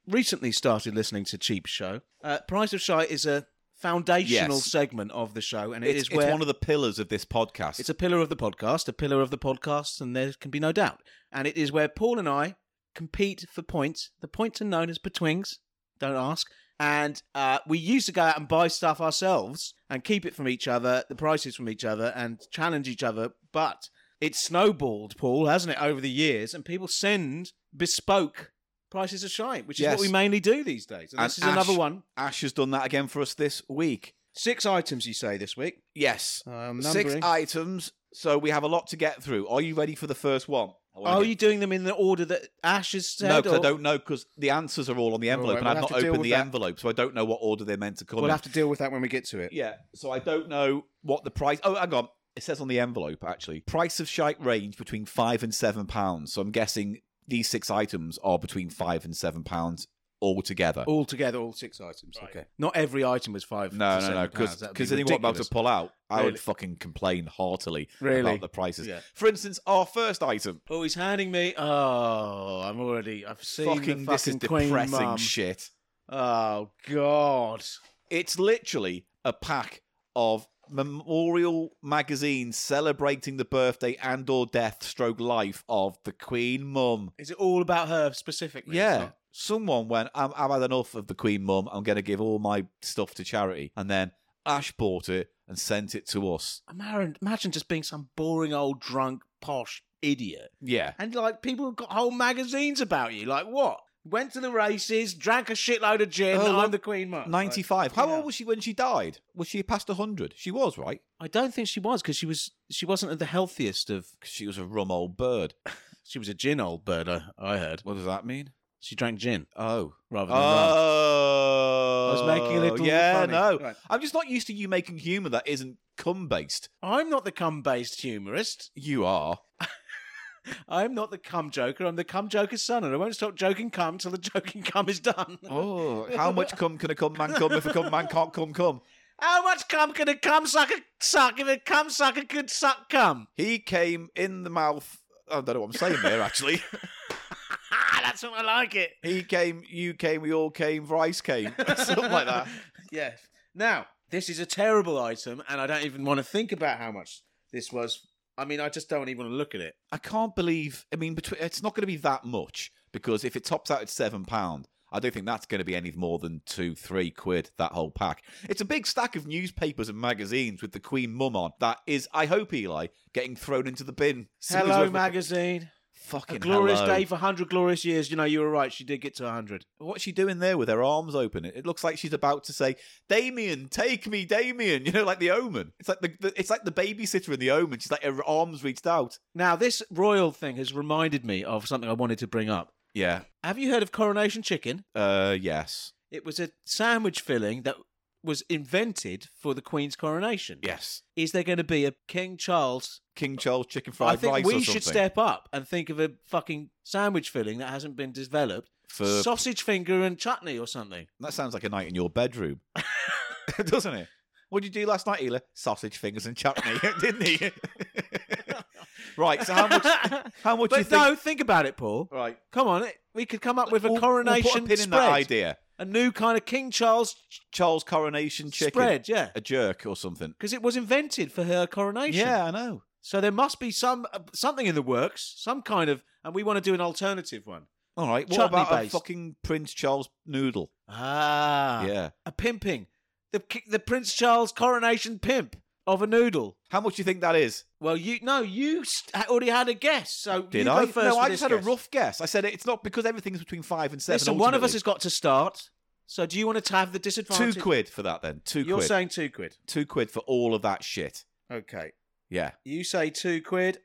recently started listening to Cheap Show, uh, Price of Shy is a foundational Yes. segment of the show, and it It's, is it's where one of the pillars of this podcast. it's a pillar of the podcast, a pillar of the podcast, and there can be no doubt. And it is where Paul and I compete for points. The points are known as betwings. Don't ask. And uh, we used to go out and buy stuff ourselves and keep it from each other, the prices from each other, and challenge each other. But it's snowballed, Paul, hasn't it, over the years? And people send bespoke prices of shite, which is Yes. what we mainly do these days. And, And this is Ash- another one. Ash has done that again for us this week. Six items, you say, this week. Yes. Um, Six numbering. items. So we have a lot to get through. Are you ready for the first one? I wanna Are get- Oh, you doing them in the order that Ash has said? No, because I or- don't know because the answers are all on the envelope, right, and we'll I've have not to deal opened with the that. envelope, so I don't know what order they're meant to come We'll in. have to deal with that when we get to it. Yeah, so I don't know what the price. Oh, hang on. It says on the envelope actually, price of shite range between five and seven pounds. So I'm guessing these six items are between five and seven pounds altogether. All together, all six items. Okay. Not every item was five. to No, no, no, seven pounds. because That'd be anyone about to ridiculous. pull out, I Really? would fucking complain heartily Really? about the prices. Yeah. For instance, our first item. Oh, he's handing me. Oh, I'm already. I've seen the Fucking, this is fucking Queen depressing mum. shit. Oh God. It's literally a pack of memorial magazines celebrating the birthday and or death stroke life of the Queen Mum. Is it all about her specifically? It's Yeah. not- Someone went, I'm, I've had enough of the Queen Mum. I'm going to give all my stuff to charity. And then Ash bought it and sent it to us. Imagine, imagine just being some boring old drunk posh idiot. Yeah. And like people have got whole magazines about you. Like what? Went to the races, drank a shitload of gin. Oh, I'm well, the Queen Mum. Like, 95. How yeah. old was she when she died? Was she past 100? She was, right? I don't think she was because she was she wasn't the healthiest of. Because she was a rum old bird. She was a gin old bird. I, I heard What does that mean? she drank gin Oh. rather than rum. Oh. I was making a little. Yeah, funny. no. Right. I'm just not used to you making humour that isn't cum based. I'm not the cum based humorist. You are. I'm not the cum joker. I'm the cum joker's son, and I won't stop joking cum till the joking cum is done. Oh. How much cum can a cum man cum if a cum man can't cum cum? How much cum can a cum sucker suck if a cum sucker could suck cum? He came in the mouth. I don't know what I'm saying there, actually. Ah, that's what I like it. He came, you came, we all came, Rice came. Something like that. Yes. Now, this is a terrible item, and I don't even want to think about how much this was. I mean, I just don't even want to look at it. I can't believe. I mean, between it's not going to be that much because if it tops out at seven pound, I don't think that's going to be any more than two, three quid that whole pack. It's a big stack of newspapers and magazines with the Queen Mum on. That is, I hope Eli getting thrown into the bin. Soon as Hello, we've- magazine. Fucking A glorious hello. day for 100 glorious years. You know, you were right. She did get to 100. What's she doing there with her arms open? It, it looks like she's about to say, "Damien, take me, Damien." You know, like the Omen. It's like the, the it's like the babysitter in the Omen. She's like her arms reached out. Now, this royal thing has reminded me of something I wanted to bring up. Yeah. Have you heard of coronation chicken? Uh. Yes. It was a sandwich filling that was invented for the Queen's coronation. Yes. Is there going to be a King Charles King Charles chicken fried I think rice or we something. should step up and think of a fucking sandwich filling that hasn't been developed. for Sausage finger and chutney or something. that sounds like a night in your bedroom, doesn't it? What did you do last night, Ela? Sausage fingers and chutney, didn't he? right. So how much? How much but you think? no, think about it, Paul. Right. Come on, it- we could come up with We'll- a coronation We'll put a pin in spread, that idea. a new kind of King Charles ch- Charles coronation chicken, spread, yeah, a jerk or something. because it was invented for her coronation. Yeah, I know. So there must be some uh, something in the works, some kind of, and we want to do an alternative one. All right. What Chutney about based. a fucking Prince Charles noodle? Ah, Yeah. a pimping, the ki- the Prince Charles coronation pimp of a noodle. How much do you think that is? Well, you no, you st- ha- already had a guess. So Did you I? Go first no, with I this just had guess. a rough guess. I said it's not because everything's between five and seven. Listen, one of us ultimately. has got to start. So do you want to have the disadvantage? two quid for that. Then 2 You're quid. saying two quid. two quid for all of that shit. Okay. Yeah. You say two quid.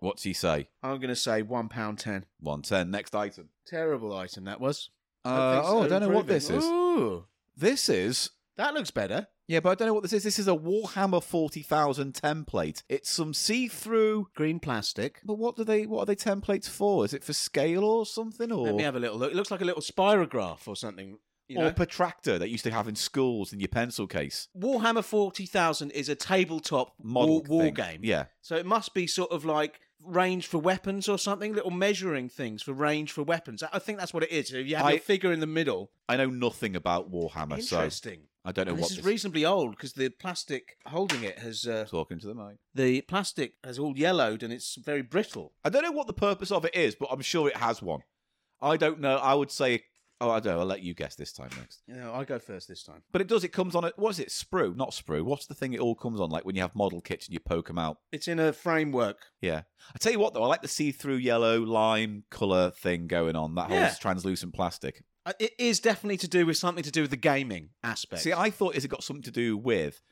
What's he say? I'm going to say one pound ten. One ten. Next item. Terrible item that was. Uh, oh, I don't know what this is. Ooh, This is. that looks better. Yeah, but I don't know what this is. This is a Warhammer forty thousand template. It's some see-through. Green plastic. But what do they? What are they templates for? Is it for scale or something, or Let me have a little look. It looks like a little spirograph or something. You or know? protractor that you used to have in schools in your pencil case? Warhammer 40,000 is a tabletop Model war, war thing. game. Yeah, So it must be sort of like range for weapons or something, little measuring things for range for weapons. I- I think that's what it is. So you have I- your figure in the middle. I know nothing about Warhammer, so Interesting. I don't know And what this is reasonably old because the plastic holding it has uh, Talking to the mic. the plastic has all yellowed and it's very brittle. I don't know what the purpose of it is, but I'm sure it has one. I don't know. I would say. Oh, I don't. know. I'll let you guess this time next. You know, I go first this time. But it does. It comes on. A, what is it? Sprue? Not sprue. What's the thing it all comes on? Like when you have model kits and you poke them out. It's in a framework. Yeah. I tell you what though, I like the see-through yellow lime color thing going on. That whole Yeah. translucent plastic. Uh, It is definitely to do with something to do with the gaming aspect. See, I thought is it got something to do with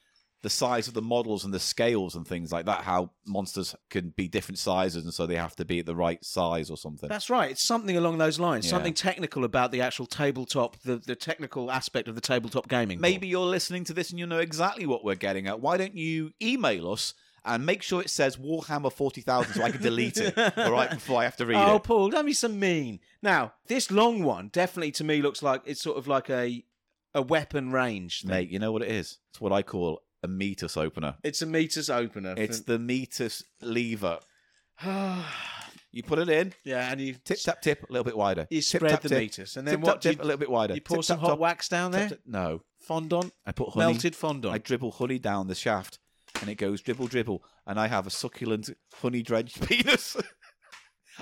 the size of the models and the scales and things like that? How monsters can be different sizes and so they have to be at the right size or something. That's right. It's something along those lines. Yeah. Something technical about the actual tabletop, the, the technical aspect of the tabletop gaming. board. Maybe you're listening to this and you know exactly what we're getting at. Why don't you email us and make sure it says Warhammer 40,000 so I can delete it, all right, before I have to read oh, it? Paul, don't be so mean. Now, this long one definitely to me looks like it's sort of like a a weapon range thing. Mate, you know what it is? It's what I call a meatus opener. It's a meters opener. It's the meatus lever. yeah, You put it in, and you tip tap tip, a little bit wider. you tip, spread tap, the tip, meters, and then tip, what? tap, do tip, a little bit wider. you, you pour tip, some tap, hot top, wax down tip, there, tap- no, fondant, I put honey. melted fondant. I dribble honey down the shaft, and it goes dribble dribble, and I have a succulent honey drenched penis.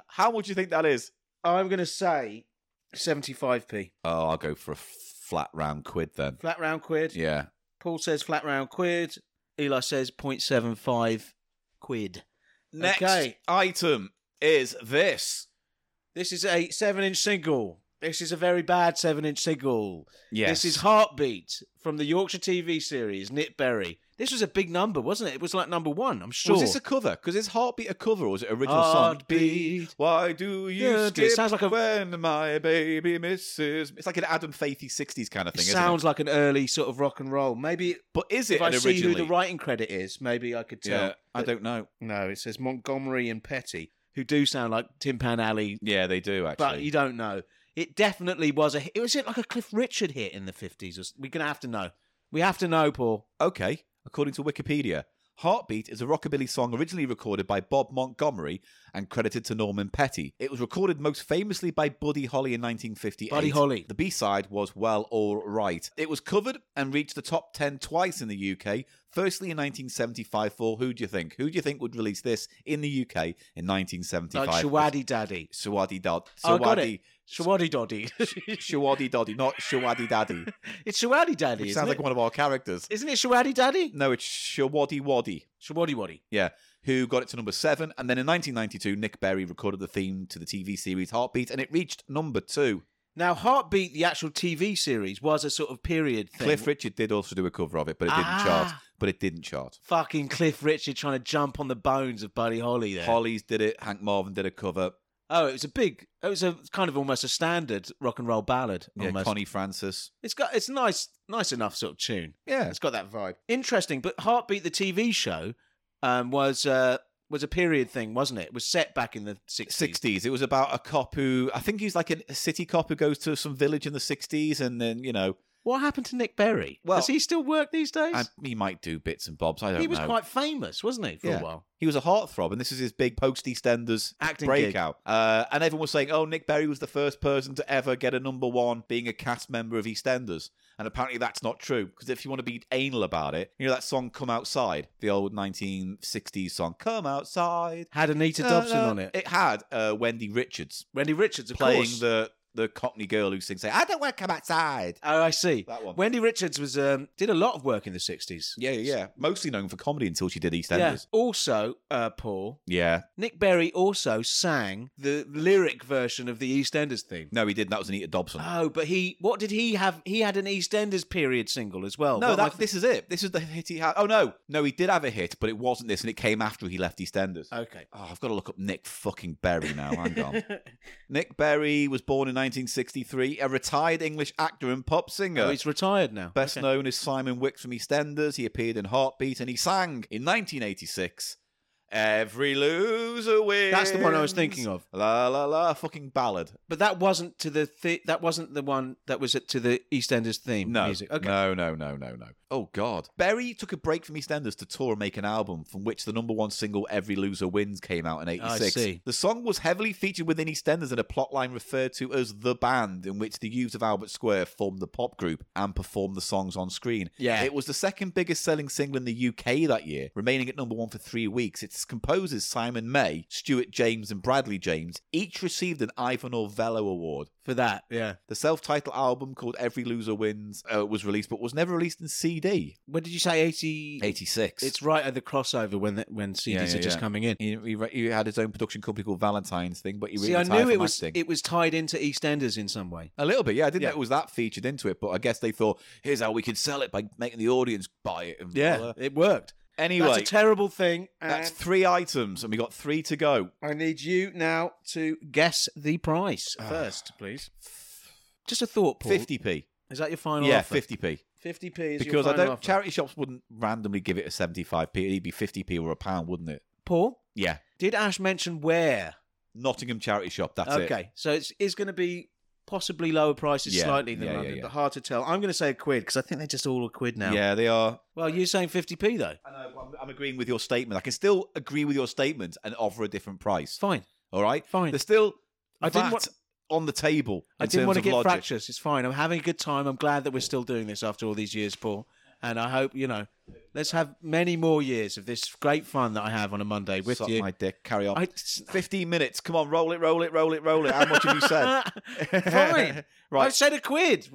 How much do you think that is? I'm going to say seventy-five p Oh, I'll go for a f- flat round quid then. flat round quid. Yeah. Paul says flat round quid. Eli says 0.75 quid. Next Okay. item is this. This is a seven inch single. This is a very bad seven inch single. Yes. This is Heartbeat from the Yorkshire TV series, Knit Berry. This was a big number, wasn't it? It was like number one, I'm sure. Was this a cover? Because is Heartbeat a cover or was it original song? Heartbeat. Why do you Yeah, it skip sounds like a- when my baby misses? It's like an Adam Faithy 60s kind of It thing, isn't sounds like an early sort of rock and roll. Maybe it? But is it if I an see who originally? the writing credit is, maybe I could tell. yeah, I don't know. No, it says Montgomery and Petty, who do sound like Tim Pan Alley, Yeah, they do actually. but you don't know. It definitely was a. It was it like a Cliff Richard hit in the fifties. We're gonna have to know. We have to know, Paul. Okay, according to Wikipedia, Heartbeat is a rockabilly song originally recorded by Bob Montgomery and credited to Norman Petty. It was recorded most famously by Buddy Holly in 1958. Buddy Holly. The B side was Well All Right. It was covered and reached the top 10 twice in the UK, firstly in 1975 for Who Do You Think? Who do you think would release this in the UK in 1975? Like Shawaddy Daddy, Shawadi Dod. Uh, Oh, got Shawadi. Shawaddy Doddy. Shawadi Doddy, not Shawadi Daddy. it's Shawaddy Daddy. Which isn't sounds it? like one of our characters. Isn't it Shawaddy Daddy? No, it's Shawadi Waddy. Shawaddy Waddy. Yeah, who got it to number seven. And then in 1992, Nick Berry recorded the theme to the TV series Heartbeat, and it reached number two. Now, Heartbeat, the actual TV series, was a sort of period thing. Cliff Richard did also do a cover of it, but it didn't chart. Ah. But it didn't chart. Fucking Cliff Richard trying to jump on the bones of Buddy Holly there. Hollies did it. Hank Marvin did a cover. oh, it was a big. It was a kind of almost a standard rock and roll ballad. Yeah, almost. Connie Francis. It's got it's nice, nice enough sort of tune. Yeah, It's got that vibe. Interesting, but Heartbeat, the TV show, um, was uh, was a period thing, wasn't it? It was set back in the sixties. 60s. It was about a cop who I think he's like a city cop who goes to some village in the 60s, and then you know, What happened to Nick Berry? Well- Does he still work these days? and he might do bits and bobs. I don't he was know. quite famous, wasn't he, for Yeah. a while? He was a heartthrob, and this is his big post EastEnders Acting breakout. Uh, and everyone was saying, "Oh, Nick Berry was the first person to ever get a number one, being a cast member of EastEnders." And apparently, that's not true because if you want to be anal about it, you know that song "Come Outside," the old 1960s song "Come Outside." Had Anita Uh, Dobson uh, on it. It had uh, Wendy Richards Wendy Richards, of playing course. the the Cockney girl who sings, "Say I don't want to come outside." oh, I see. That one. Wendy Richards was um, did a lot of work in the sixties. yeah, yeah. Mostly known for comedy until she did EastEnders. Also, uh, Paul Yeah. Nick Berry also sang the lyric version of the EastEnders theme. No, he didn't. That was Anita Dobson. Oh, but he what did he have? He had an EastEnders period single as well. No, What am I that, this is it. This is the hit he had. Oh no, no, he did have a hit, but it wasn't this, and it came after he left EastEnders. Okay. Oh, I've got to look up Nick fucking Berry now. Hang on. Nick Berry was born in 1963, a retired English actor and pop singer. Oh, he's retired now. Best known as Simon Wicks from EastEnders. He appeared in Heartbeat and he sang in 1986. Every loser wins. That's the one I was thinking of. La la la, fucking ballad. But that wasn't to the thi- that wasn't the one that was to the EastEnders theme No, music. Okay. no, no, no, no, no. Oh God, Berry took a break from EastEnders to tour and make an album, from which the number one single "Every Loser Wins" came out in I '86. see. The song was heavily featured within EastEnders in a plotline referred to as "The Band," in which the youths of Albert Square formed the pop group and performed the songs on screen. Yeah. it was the second biggest selling single in the UK that year, remaining at number one for three weeks. Its composers Simon May, Stuart James, and Bradley James each received an Ivan Orvello Award. For that, yeah. The self-titled album called Every Loser Wins uh, was released, but was never released in CD. When did you say eighty? 86. It's right at the crossover when the, when CDs Yeah, yeah, are just yeah. coming in. he, he, re- he had his own production company called Valentine's thing, but he really See, I retired knew it from was acting. it was tied into EastEnders in some way. a little bit, yeah. I didn't Yeah. know it was that featured into it, but I guess they thought, here's how we could sell it by making the audience buy it. And blah. uh, it worked. Anyway, That's a terrible thing. that's And three items, and we got three to go. I need you now to guess the price first, please. Ah. Just a thought, Paul. 50p. Is that your final yeah, offer? 50p. 50p is your Because I final don't. offer. Charity shops wouldn't randomly give it a 75p. It'd be 50p or a pound, wouldn't it? Paul, Yeah. did Ash mention where? Nottingham Charity Shop. That's it. okay, so it's, it's going to be possibly lower prices Yeah, slightly than yeah, yeah, London, yeah. but hard to tell. I'm going to say a quid because I think they're just all a quid now. Yeah, they are. Well, you're saying 50p though. I know, but I'm, I'm agreeing with your statement. I can still agree with your statement and offer a different price. Fine. All right, Fine. There's still I didn't that want- on the table. I in didn't terms want to of get logic. fractious. It's fine. I'm having a good time. I'm glad that we're still doing this after all these years, Paul. And I hope, you know, let's have many more years of this great fun that I have on a Monday with Suck you. my dick. Carry on. I, 15 minutes. Come on, roll it, roll it, roll it, roll it. How much have you said? Fine. right. I've said a quid.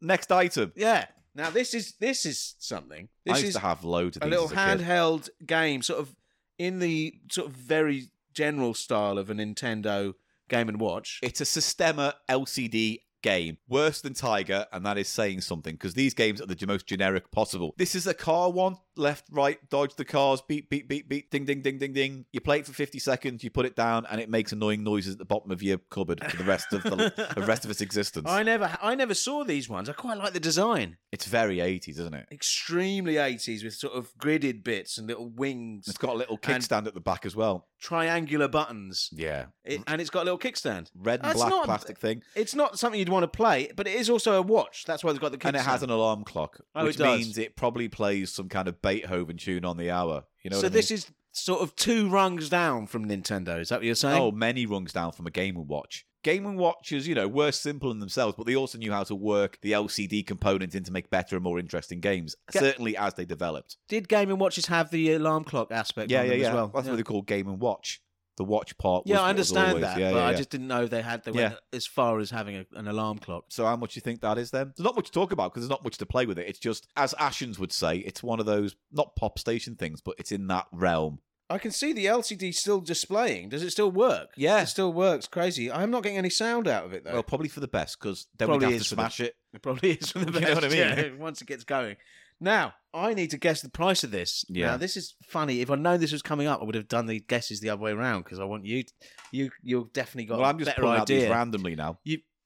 Next item. Yeah. Now this is this is something. This I used is to have loads of a these little as a kid. handheld game, sort of in the sort of very general style of a Nintendo Game and Watch. It's a Systema LCD game. Worse than Tiger, and that is saying something, because these games are the g- most generic possible. This is a car one. Left, right, dodge the cars, beep, beep, beep, beep, ding, ding, ding, ding, ding. You play it for 50 seconds, you put it down, and it makes annoying noises at the bottom of your cupboard for the rest of the, the rest of its existence. I never, I never saw these ones. I quite like the design. It's very 80s, isn't it? Extremely 80s with sort of gridded bits and little wings, It's got a little And- kickstand at the back as well. triangular buttons, Yeah. it, and it's got a little kickstand. Red and That's black not- plastic thing. It's not something you'd want to play, but it is also a watch. That's why they've got the kickstand. and it has an alarm clock, Oh, which it does. means it probably plays some kind of Beethoven tune on the hour. You know so what I mean? this is sort of two rungs down from Nintendo. Is that what you're saying? Oh, many rungs down from a Game and Watch. Game and Watches, you know, were simple in themselves, but they also knew how to work the LCD component in to make better and more interesting games. Ga- Certainly as they developed. Did Game and Watches have the alarm clock aspect? Yeah, on yeah, them yeah. As well, That's what they call Game and Watch. The watch part. Yeah, was- I was understand always- that, yeah, but yeah, I yeah. just didn't know they had they went as far as having a, an alarm clock. So how much you think that is then? There's not much to talk about because there's not much to play with it. It's just, as Ashens would say, it's one of those not pop station things, but it's in that realm. I can see the LCD still displaying. Does it still work? Yeah. it still works. Crazy. I'm not getting any sound out of it though. Well, probably for the best because then Probably we'd have to is for the- smash it. it probably is for the You best. know what I mean? yeah, once it gets going. Now I need to guess the price of this. Yeah. Now, this is funny. If I known this was coming up, I would have done the guesses the other way around because I want you. You you've definitely got. Well, a I'm just better pulling out idea. these randomly now.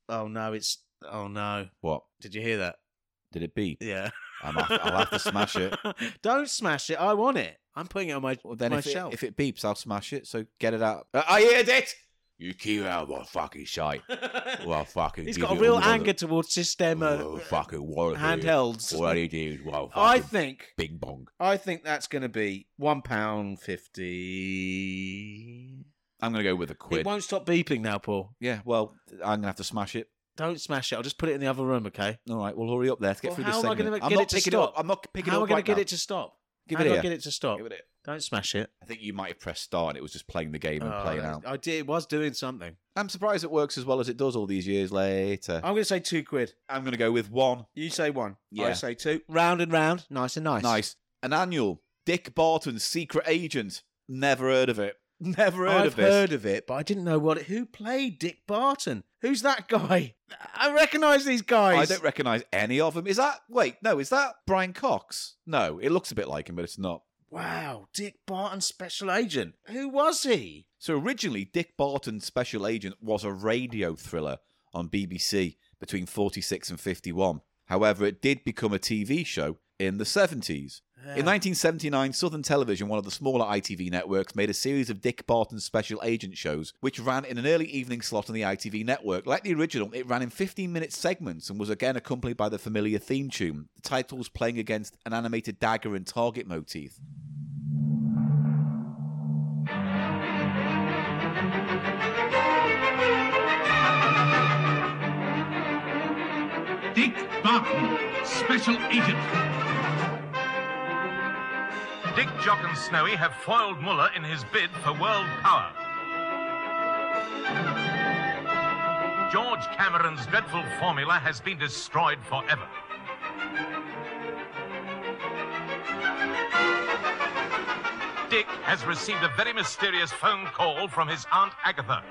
Oh no! It's oh no! What Did you hear that? did it be? Yeah. I'm off, I'll have to smash it. Don't smash it. I want it. I'm putting it on my Well, then my if it, shelf. if it beeps, I'll smash it. So get it out. Uh, I heard it. You keep out what fucking shite. Well, fucking. He's give got a you real all the- anger towards Oh, Systema fucking what a handhelds. What he did. Well, I fucking think bing bong. I think that's going to be one pound fifty. I'm gonna go with a It quid. won't stop beeping now, Paul. Yeah. Well, I'm gonna have to smash it. Don't smash it. I'll just put it in the other room, okay? All right. Well, hurry up there to get Well, through this how am I segment. gonna I'm get not it to picking stop? up. I'm not picking How up. am I going right to get now. it to stop? Give How it do I here. get it to stop? Give it here. Don't smash it. I think you might have pressed star and it was just playing the game and Oh, playing that- out. I did. It was doing something. I'm surprised it works as well as it does all these years later. I'm going to say two quid. I'm going to go with one. You say one. I Yeah. say two. Round and round. Nice and nice. Nice. An annual. Dick Barton's Secret Agent. Never heard of it. Never heard I've of this. heard of it, but I didn't know what. Who played Dick Barton? Who's that guy? I recognise these I guys. don't recognise any of them. Is that wait? No, is that Brian Cox? No, it looks a bit like him, but it's not. wow, Dick Barton, special agent. Who was he? So originally, Dick Barton's Special Agent was a radio thriller on BBC between 46 and 51. However, it did become a TV show in the 70s. In 1979, Southern Television, one of the smaller ITV networks, made a series of Dick Barton special agent shows, which ran in an early evening slot on the ITV network. Like the original, it ran in 15 minute segments and was again accompanied by the familiar theme tune, the titles playing against an animated dagger and target motif. Dick Barton, Special Agent. Dick, Jock, and Snowy have foiled Muller in his bid for world power. George Cameron's dreadful formula has been destroyed forever. Dick has received a very mysterious phone call from his Aunt Agatha.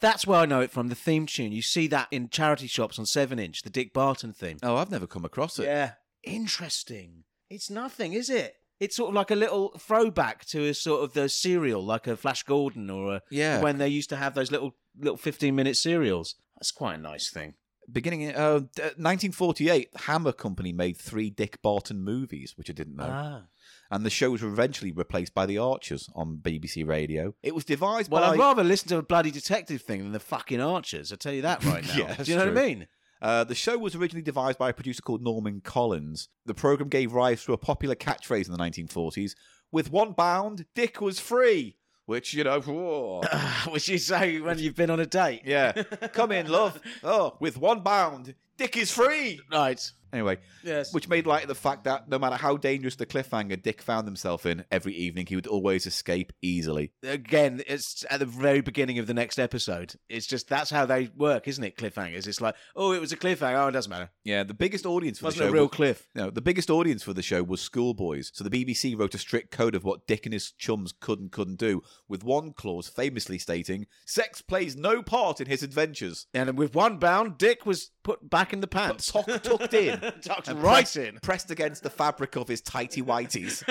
That's where I know it from. The theme tune. You see that in charity shops on Seven Inch. The Dick Barton theme. Oh, I've never come across it. yeah. Interesting. It's nothing, is it? It's sort of like a little throwback to a sort of the serial, like a Flash Gordon or a Yeah. when they used to have those little little fifteen minute serials. That's quite a nice thing. Beginning in uh, d- 1948, Hammer Company made three Dick Barton movies, which I didn't know. Ah. and the shows were eventually replaced by The Archers on BBC Radio. It was devised Well, by I'd rather listen to a bloody detective thing than the fucking Archers. I tell you that right now. Yeah, that's Do you know what true. I mean? Uh, the show was originally devised by a producer called Norman Collins. The program gave rise to a popular catchphrase in the 1940s: "With one bound, Dick was free," which you know, whoa. Which you say when you've been on a date. yeah, come in, love. Oh, with one bound, Dick is free. Right. Anyway, Yes. which made light of the fact that no matter how dangerous the cliffhanger Dick found himself in every evening, he would always escape easily. again, it's at the very beginning of the next episode. It's just that's how they work, isn't it? Cliffhangers. It's like, oh, it was a cliffhanger. Oh, it doesn't matter. Yeah, the biggest audience It for the wasn't show a real was- cliff. No, the biggest audience for the show was schoolboys, so the BBC wrote a strict code of what Dick and his chums could and couldn't do, with one clause famously stating, "Sex plays no part in his adventures." And with one bound, Dick was put back in the But pants. tuck, tucked in, Tucked and right pressed- in. pressed against the fabric of his tighty whities.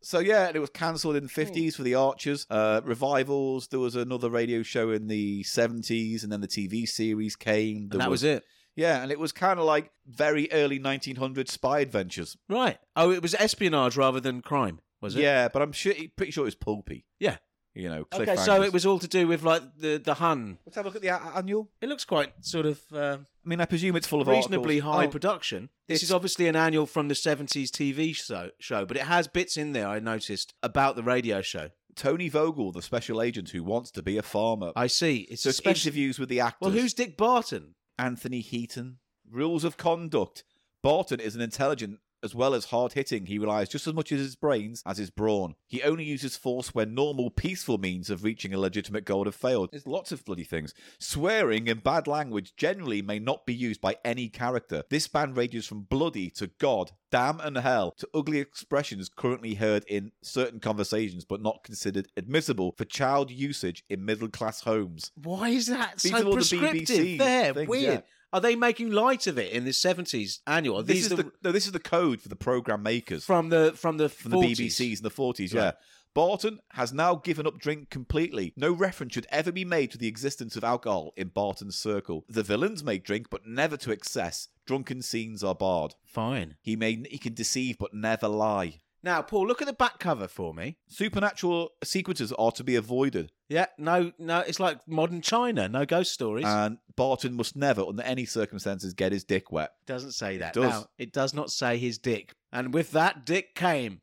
so yeah, and it was cancelled in the fifties for the Archers. Uh, revivals. There was another radio show in the seventies, and then the TV series came. There And that was it. Yeah, and it was kind of like very early 1900 spy adventures. Right. Oh, it was espionage rather than crime, was it? Yeah, but I'm sure, pretty sure it was pulpy. Yeah. You know, Okay, so cliffhangers. it was all to do with like the the Hun. Let's have a look at the a- annual. It looks quite sort of uh, I mean, I presume it's full of reasonably articles. high Oh, production. This it's- is obviously an annual from the seventies TV show, show, but it has bits in there I noticed about the radio show. Tony Vogel, the special agent who wants to be a farmer. I see. It's so a it's special. interviews with the actors. Well, who's Dick Barton? Anthony Heaton? Rules of conduct. Barton is an intelligent as well as hard hitting. He relies just as much on his brains as his brawn. He only uses force when normal, peaceful means of reaching a legitimate goal have failed. There's lots of bloody things. Swearing and bad language generally may not be used by any character. This band ranges from bloody to God, damn, and hell to ugly expressions currently heard in certain conversations but not considered admissible for child usage in middle class homes. Why is that These are so all the prescriptive? BBC there, things, weird. yeah. Are they making light of it in this seventies annual? Are This Oh, these is the, no. This is the code for the program makers from the from the from 40s? the BBCs in the forties. Yeah. Right. Barton has now given up drink completely. No reference should ever be made to the existence of alcohol in Barton's circle. The villains may drink, but never to excess. Drunken scenes are barred. Fine. He may he can deceive, but never lie. Now, Paul, look at the back cover for me. Supernatural sequences are to be avoided, Yeah, no, no, it's like modern China. No ghost stories. and Barton must never, under any circumstances, get his dick wet. doesn't say that. does. Now, it does not say his dick. And with that, Dick came.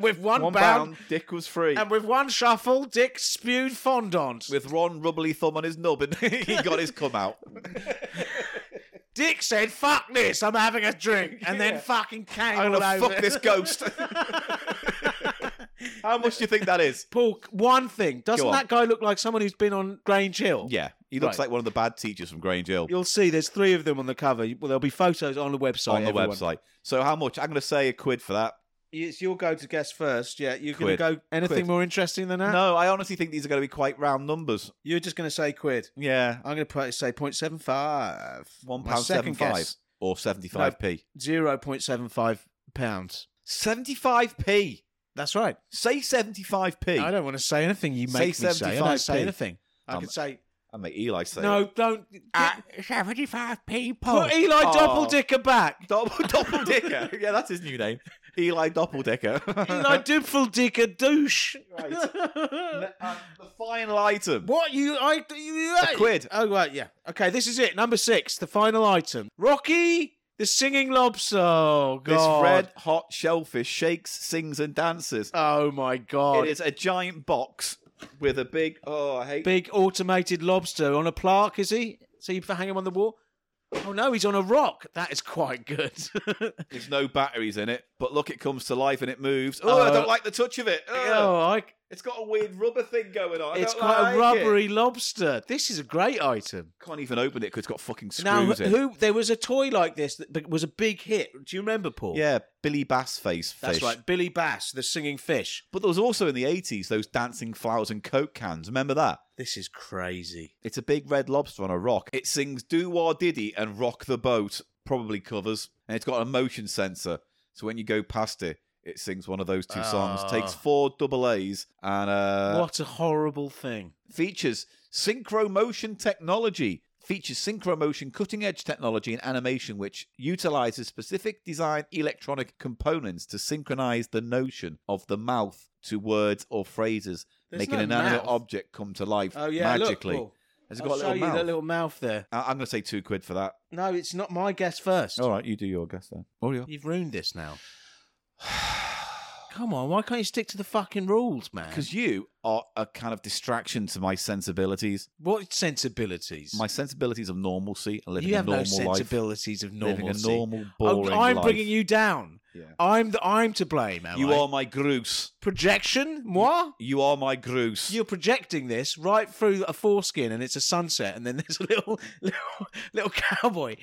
with one, One bound, bound, dick was free. and with one shuffle, Dick spewed fondant. With Ron rubbly thumb on his nub, and he got his cum out. Dick said, "Fuck this, I'm having a drink," and then fucking came I'm all gonna over. fuck this ghost. How much do you think that is? Paul, one thing. Doesn't Go on. that guy look like someone who's been on Grange Hill? Yeah, he looks Right. like one of the bad teachers from Grange Hill You'll see there's three of them on the cover. Well, there'll be photos on the website. on the everyone. website. So how much? I'm going to say a quid for that. It's your go to guess first. Yeah, you're Quid. going to go anything Quid. more interesting than that? No, I honestly think these are going to be quite round numbers. You're just going to say quid. Yeah, I'm going to say 0.75. one My pound second seventy five guess, or seventy five p. 0.75 pounds. Seventy five p. That's right. Say seventy five p. I don't want to say anything. You Say make me say. I don't say 75p. anything. I Um, could say I make Eli say no. it. Don't Seventy-five people. Ah. put Eli Oh. Doppeldicker back. Double doppeldicker. yeah, that's his new name. Eli Doppeldicker. Eli Doppeldicker douche. Uh, the final item. What you? I you, A quid. Oh right, yeah. Okay, this is it. Number six, the final item. Rocky, the singing lobster. Oh, God. This red hot shellfish shakes, sings, and dances. Oh my God. It is a giant box with a big. Oh, I hate. big automated lobster on a plaque, is he? So you hang him on the wall? Oh no, he's on a rock. That is quite good. There's no batteries in it, but look, it comes to life and it moves. Oh, I Uh, don't like the touch of it. Ugh. oh, I, It's got a weird rubber thing going on. I it's don't quite a like it. rubbery lobster. This is a great item. Can't even open it because it's got fucking screws now, who, in. who- there was a toy like this that b- was a big hit. Do you remember, Paul? Yeah, Billy Bass face that's fish. right. Billy Bass, the singing fish. But there was also in the 80s those dancing flowers and coke cans. Remember that? This is crazy. It's a big red lobster on a rock. It sings "Do Wah Diddy" and "Rock the Boat," probably covers, and it's got a motion sensor. So when you go past it, it sings one of those two songs. Ah. Takes four double A's and uh, what a horrible thing. features synchro motion technology. Features synchro motion cutting edge technology and animation, which utilizes specific design electronic components to synchronize the notion of the mouth to words or phrases, There's making no an inanimate mouth. object come to life Oh yeah, magically. Look, Paul. Has it I'll got a show little you mouth? that little mouth there. I- I'm going to say two quid for that. Oh, No, it's not my guess first. right, you do your guess then. You've ruined this now. Come on, why can't you stick to the fucking rules, man? Because you are a kind of distraction to my sensibilities. what sensibilities? My sensibilities of normalcy and living you a have no normal life. sensibilities of Living a normalcy. normal, Oh, boring I'm life. bringing you down. Yeah. I'm the, I'm to blame. Am You I? are my groose. projection. Moi? You are my groose. You're projecting this right through a foreskin, and it's a sunset, and then there's a little little little cowboy,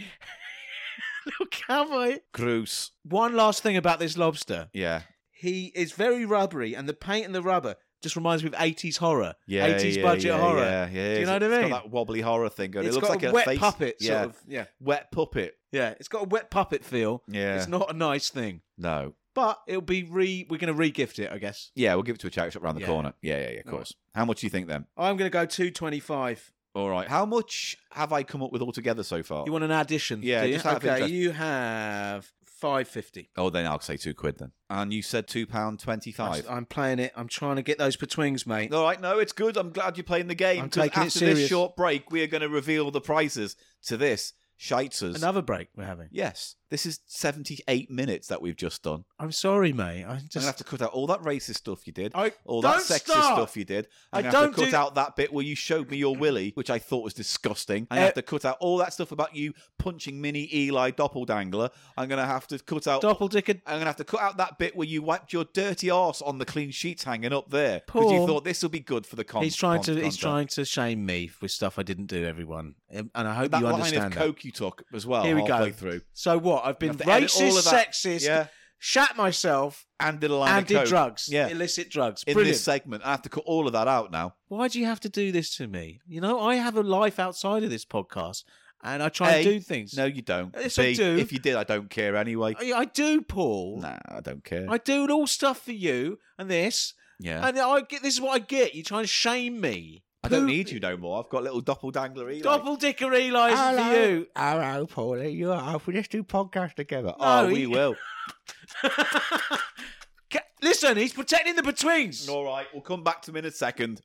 little cowboy. Groose. One last thing about this lobster. Yeah. He is very rubbery, and the paint and the rubber just reminds me of 80s horror. Yeah. 80s yeah, budget yeah, horror. Yeah, yeah. Do you know what It's- I mean? It's got that wobbly horror thing going. It's it looks got like a a wet face. puppet yeah. sort of. Yeah. Wet puppet. Yeah. It's got a wet puppet feel. Yeah. It's not a nice thing. No. But it'll be re we're gonna re-gift it, I guess. Yeah, we'll give it to a charity shop around the Yeah. corner. Yeah, yeah, yeah, of All right. course. How much do you think then? I'm gonna go two twenty five. All right. How much have I come up with altogether so far? You want an addition? Oh. Yeah, do you? just out of okay. interest. You have five fifty. oh, then I'll say two quid then. And you said two pound twenty-five. I'm playing it. I'm trying to get those patwings, mate. All right, no, it's good. I'm glad you're playing the game. uh, I'm 'cause taking it after this serious. short break, we are going to reveal the prices to this shitzers. Another break we're having. yes, this is 78 minutes that we've just done. I'm sorry, mate. I I'm going to have just to cut out all that racist stuff you did, I all don't that sexist start. stuff you did. I I'm gonna have don't to cut do- out that bit where you showed me your willy, which I thought was disgusting. I'm going Eh. to have to cut out all that stuff about you punching mini Eli Doppeldangler. I'm going to have to cut out Doppeldicker. I'm gonna have to cut out that bit where you wiped your dirty arse on the clean sheets hanging up there because you Paul. thought this will be good for the con. He's trying to con- he's content. trying to shame me with stuff I didn't do. Everyone, and and I hope that you line understand of that. coke you took as well. Here we halfway go. Through So what? I've been You have to edit all racist, of that. sexist, yeah, shat myself, and did a line and of did coke. drugs. Yeah. illicit drugs. in Brilliant. this segment. I have to cut all of that out now. Why do you have to do this to me? You know, I have a life outside of this podcast, and I try A, and do things. No, you don't. Yes, I B, do. If you did, I don't care anyway. I, I do, Paul. Nah, I don't care. I do all stuff for you and this, yeah, and I get this is what I get. You try and shame me. I don't Poo- need you no more. I've got little doppeldangler Eli. Double dicker Eli's for you. Hello, Paulie. You're off. We just do podcast together. oh, No, we he- will. Ca- Listen, he's protecting the betwings. All right, we'll come back to him in a second.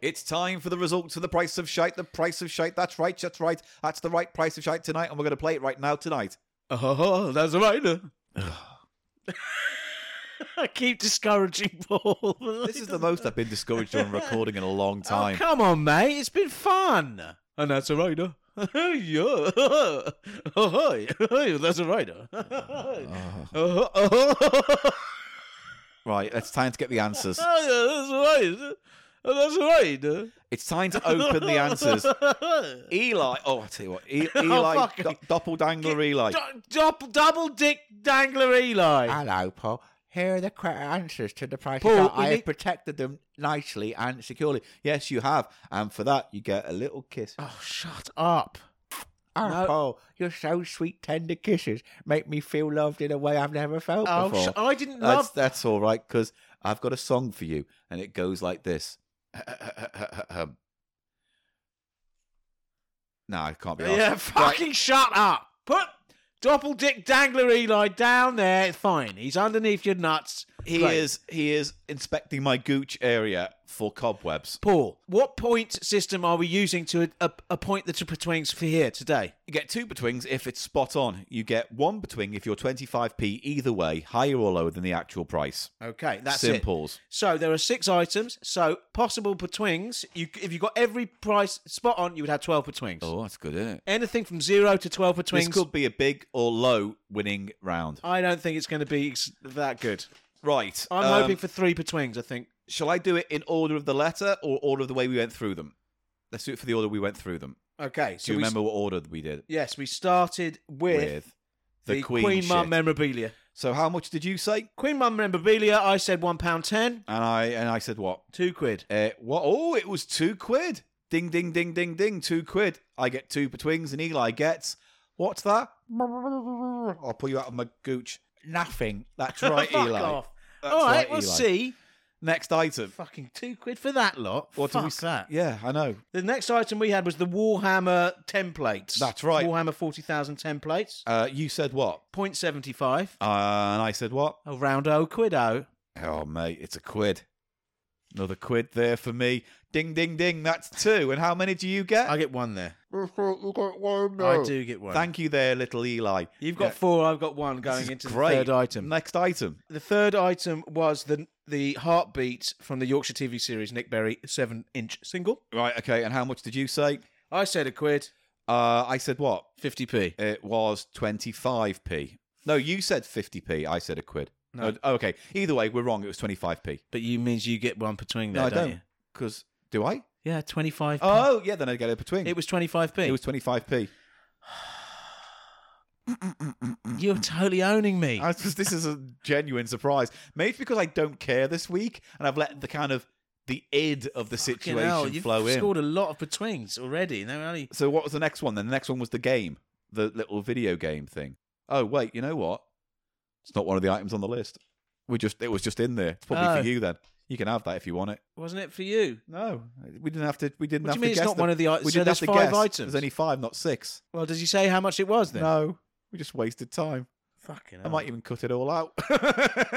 It's time for the results of the price of shite. The price of shite. That's right. That's right. That's the right price of shite tonight, and we're going to play it right now tonight. Oh, that's right. I keep discouraging Paul. This is the most I've been discouraged on recording in a long Oh, time. come on, mate. It's been fun. And that's a rider. yeah. Oh, hi. Hi, that's a rider. Oh. Oh, oh, oh. Right, it's time to get the answers. Oh, yeah, that's right. Oh, that's right. It's time to open the answers. Eli, oh, I tell you what, e- Eli, fuck. do- Doppeldangler Eli. Do- dop- double dick dangler Eli. Hello, Paul. Here are the correct answers to the price. Paul, that we I have need- protected them nicely and securely. Yes, you have, and for that you get a little kiss. Oh, shut up. Oh, No. Paul, your so sweet, tender kisses make me feel loved in a way I've never felt Oh, before. sh- I didn't That's, love that's all right, because I've got a song for you, and it goes like this. no, I can't be arsed. Yeah, fucking shut up. Put Doppeldick Dangler Eli down there. Fine. He's underneath your nuts. He Great. is he is inspecting my gooch area for cobwebs. Paul, what point system are we using to a- appoint the Triple Twings for here today? You get two betwings if it's spot on. You get one betwing if you're 25p either way, higher or lower than the actual price. Okay, that's it. Simples. So there are six items. So possible betwings. You, if you got every price spot on, you would have twelve betwings. Oh, that's good, isn't it? Anything from zero to twelve This betwings. could be a big or low winning round. I don't think it's going to be ex- that good. Right. I'm um, hoping for three betwings. I think. Shall I do it in order of the letter or order of the way we went through them? Let's do it for the order we went through them. Okay. So Do you we, remember what order we did? Yes, we started with, the, Queen, Mum shit. memorabilia. So how much did you say? Queen Mum memorabilia. I said one pound ten, And I and I said what? two quid. Uh, what? Oh, it was two quid. Ding, ding, ding, ding, ding. Two quid. I get two betwings, and Eli gets what's that? I'll pull you out of my gooch. Nothing. That's right, Fuck Eli. off. That's All right, right, we'll Eli. see. Next item. Fucking two quid for that lot. What do Fuck we s- that. Yeah, I know. The next item we had was the Warhammer templates. That's right. Warhammer 40,000 templates. Uh, you said what? 0.75. Uh, and I said what? Around O quid O. Oh, mate, it's a quid. Another quid there for me. Ding, ding, ding. That's two. And how many do you get? I get one there. You got one I do get one. Thank you there, little Eli. You've got Yeah. four. I've got one This going is into great. the third item. Next item. The third item was the the heartbeat from the Yorkshire TV series Nick Berry seven inch single. Right, okay. And how much did you say? I said a quid, Uh, I said what? fifty p. It was 25p. No, you said 50p. I said a quid. No. Oh, okay. Either way, we're wrong. It was 25p. But you means you get one between No, there, I don't, don't. Because, do I? you? Yeah, twenty five. Oh, yeah, then I get it between. it was twenty five p. It was 25p. You're totally owning me. I was just- this is a genuine surprise. Maybe it's because I don't care this week and I've let the kind of the id of the Fucking situation hell, you've flow in. scored a lot of betweens already. No, only So what was the next one then? The next one was the game, the little video game thing. Oh wait, you know what? It's not one of the items on the list. We just it was just in there. It's probably Oh. for you then. You can have that if you want it. wasn't it for you? No, we didn't have to. We didn't What do have you mean to it's guess not them. one of the i- so We didn't have there's to five guess. items? There's only five, not six. Well, does he say how much it was then? No, we just wasted time. Fucking I hell. might even cut it all out.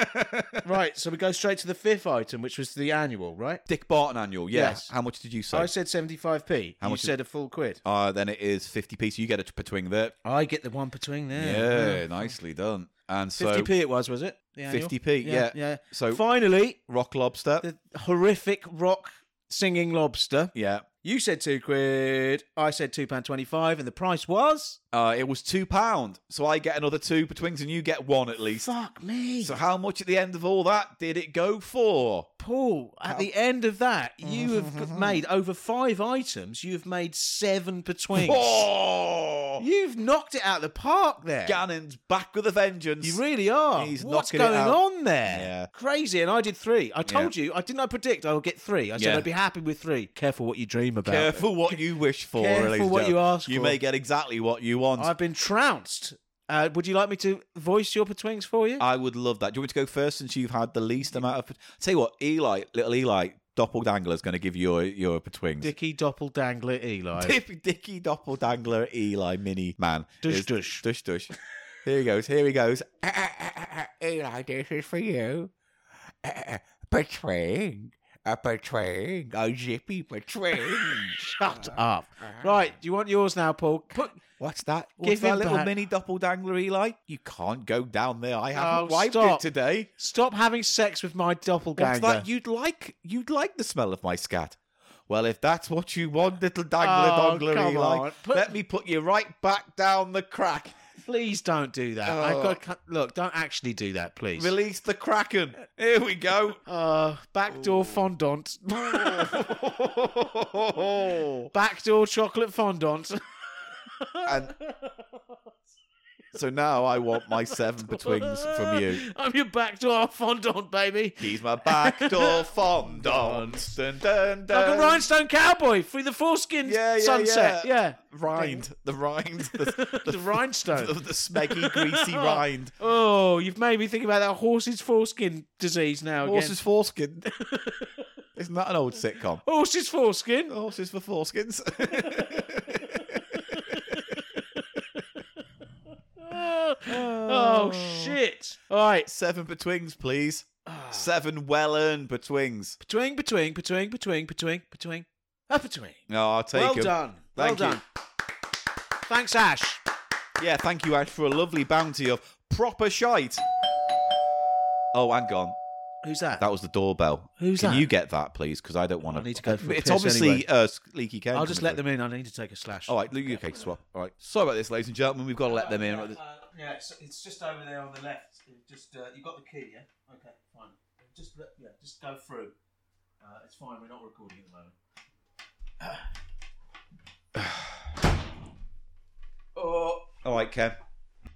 Right, so we go straight to the fifth item, which was the annual, right? Dick Barton annual. Yeah. Yes. How much did you So I say? said 75p. How you much is- said a full quid. Uh, then it is fifty p. So you get a between there. I get the one between Yeah, there. nicely done. And so 50p it was, was it? The annual? 50p, yeah. Yeah. So Finally, rock lobster. the horrific rock singing lobster. yeah. You said two quid. I said £2.25, and the price was? Uh, it was two pound, so I get another two betwings, and you get one at least. Fuck me. So how much at the end of all that did it go for? Paul, at the end of that, you have g- made over five items. You have made seven betwings. Oh, You've knocked it out of the park there. Gannon's back with a vengeance. You really are. He's What's knocking it going out. on there? Yeah. Crazy. And I did three. I told you. I didn't. I predict I would get three. I said Yeah. I'd be happy with three. Careful what you dream about. Careful what you wish for. Careful ladies and what you gentlemen. ask You for. may get exactly what you want. I've been trounced. Uh, would you like me to voice your betwings for you? I would love that. Do you want me to go first since you've had the least amount of? Tell you what, Eli, little Eli, doppeldanger is going to give you your your betwings. Dicky Doppeldangler Eli. Dippy Dicky Doppeldanger Eli Mini Man. Dush, is- dush. Dush dush. Here he goes. Here he goes. Eli, this is for you. Between. A between. A zippy between. Shut Uh, up. uh-huh. Right. Do you want yours now, Paul? Put. What's that? Give What's that him little back. mini doppeldanger, Eli? You can't go down there. I haven't Oh, wiped stop. it today. Stop having sex with my doppelganger. What's that? You'd like you'd like the smell of my scat. Well, if that's what you want, little dangler Oh, dongler come Eli, on. Put- let me put you right back down the crack. Please don't do that. I've Oh. got. to- Look, don't actually do that, please. Release the kraken. Here we go. Uh, backdoor fondant. backdoor chocolate fondant. And so now I want my seven betwings from you. I'm your backdoor fondant, baby. He's my backdoor fondant. Dun, dun, Like a dun. rhinestone cowboy through the foreskin Um, Yeah, yeah, sunset. yeah. Yeah. Rind. The rind. The, The rhinestone. The, the smeggy, greasy rind. Oh, you've made me think about that horse's foreskin disease now again. Horses foreskin. Isn't that an old sitcom? Horse's foreskin. Horses for foreskins. Oh, shit. All right. Seven betwings, please. Ah. Seven well earned betwings. Between, between, between, between, between, between. Up between. No, I'll take Well 'em. done. Thank well you. done. Thanks, Ash. Yeah, thank you, Ash, for a lovely bounty of proper shite. Oh, and gone. Who's that? That was the doorbell. Who's Can that? you get that, please? Because I don't want I need to go for a It's piss obviously anyway. uh, leaky Ken. I'll just coming let them in. I need to take a slash. through. All right, Lu- okay, swap. All right. Sorry about this, ladies and gentlemen. We've got to let them in. Right, Uh, yeah, it's, it's just over there on the left. You've Just uh, you got the key, yeah? Okay, fine. Just let- yeah, just go through. Uh, it's fine. We're not recording at the moment. oh, All right, Ken.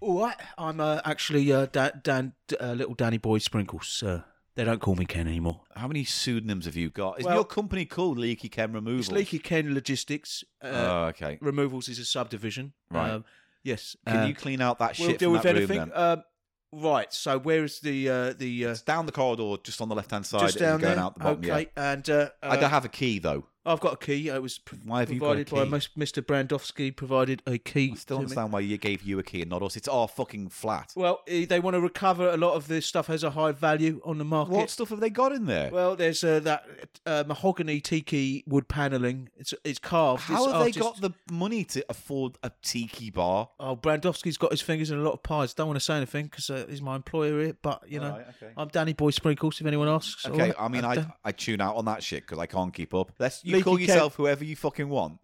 all right. I'm uh, actually uh, Dan, Dan uh, little Danny Boy Sprinkles. Uh, they don't call me Ken anymore. How many pseudonyms have you got? Is Well- your company called Leaky Ken Removals? It's Leaky Ken Logistics. Uh, Oh, okay. Removals is a subdivision. Right. Um, yes. Can uh, you clean out that we'll shit deal from with that room, anything. then? Um, right. So where is the uh, the uh, it's down the corridor, just on the left hand side. just as you're down going there? out the bottom. okay. And uh, Yeah. I uh, don't have a key though. I've got a key. It was pr- Why have you got a provided by key? Mus- Mr. Brandowski. Provided a key. I still to me. understand why you gave you a key and not us. It's our fucking flat. Well, eh, they want to recover a lot of this stuff has a high value on the market. What stuff have they got in there? Well, there's uh, that uh, mahogany tiki wood paneling. It's it's carved. How This have they artist- got the money to afford a tiki bar? Oh, Brandowski's got his fingers in a lot of pies. Don't want to say anything because uh, he's my employer here. But you know, Alright, okay. I'm Danny Boy Sprinkles. If anyone asks, Okay, alright? I mean, I, I tune out on that shit because I can't keep up. Let's you Leaky call cake. yourself whoever you fucking want,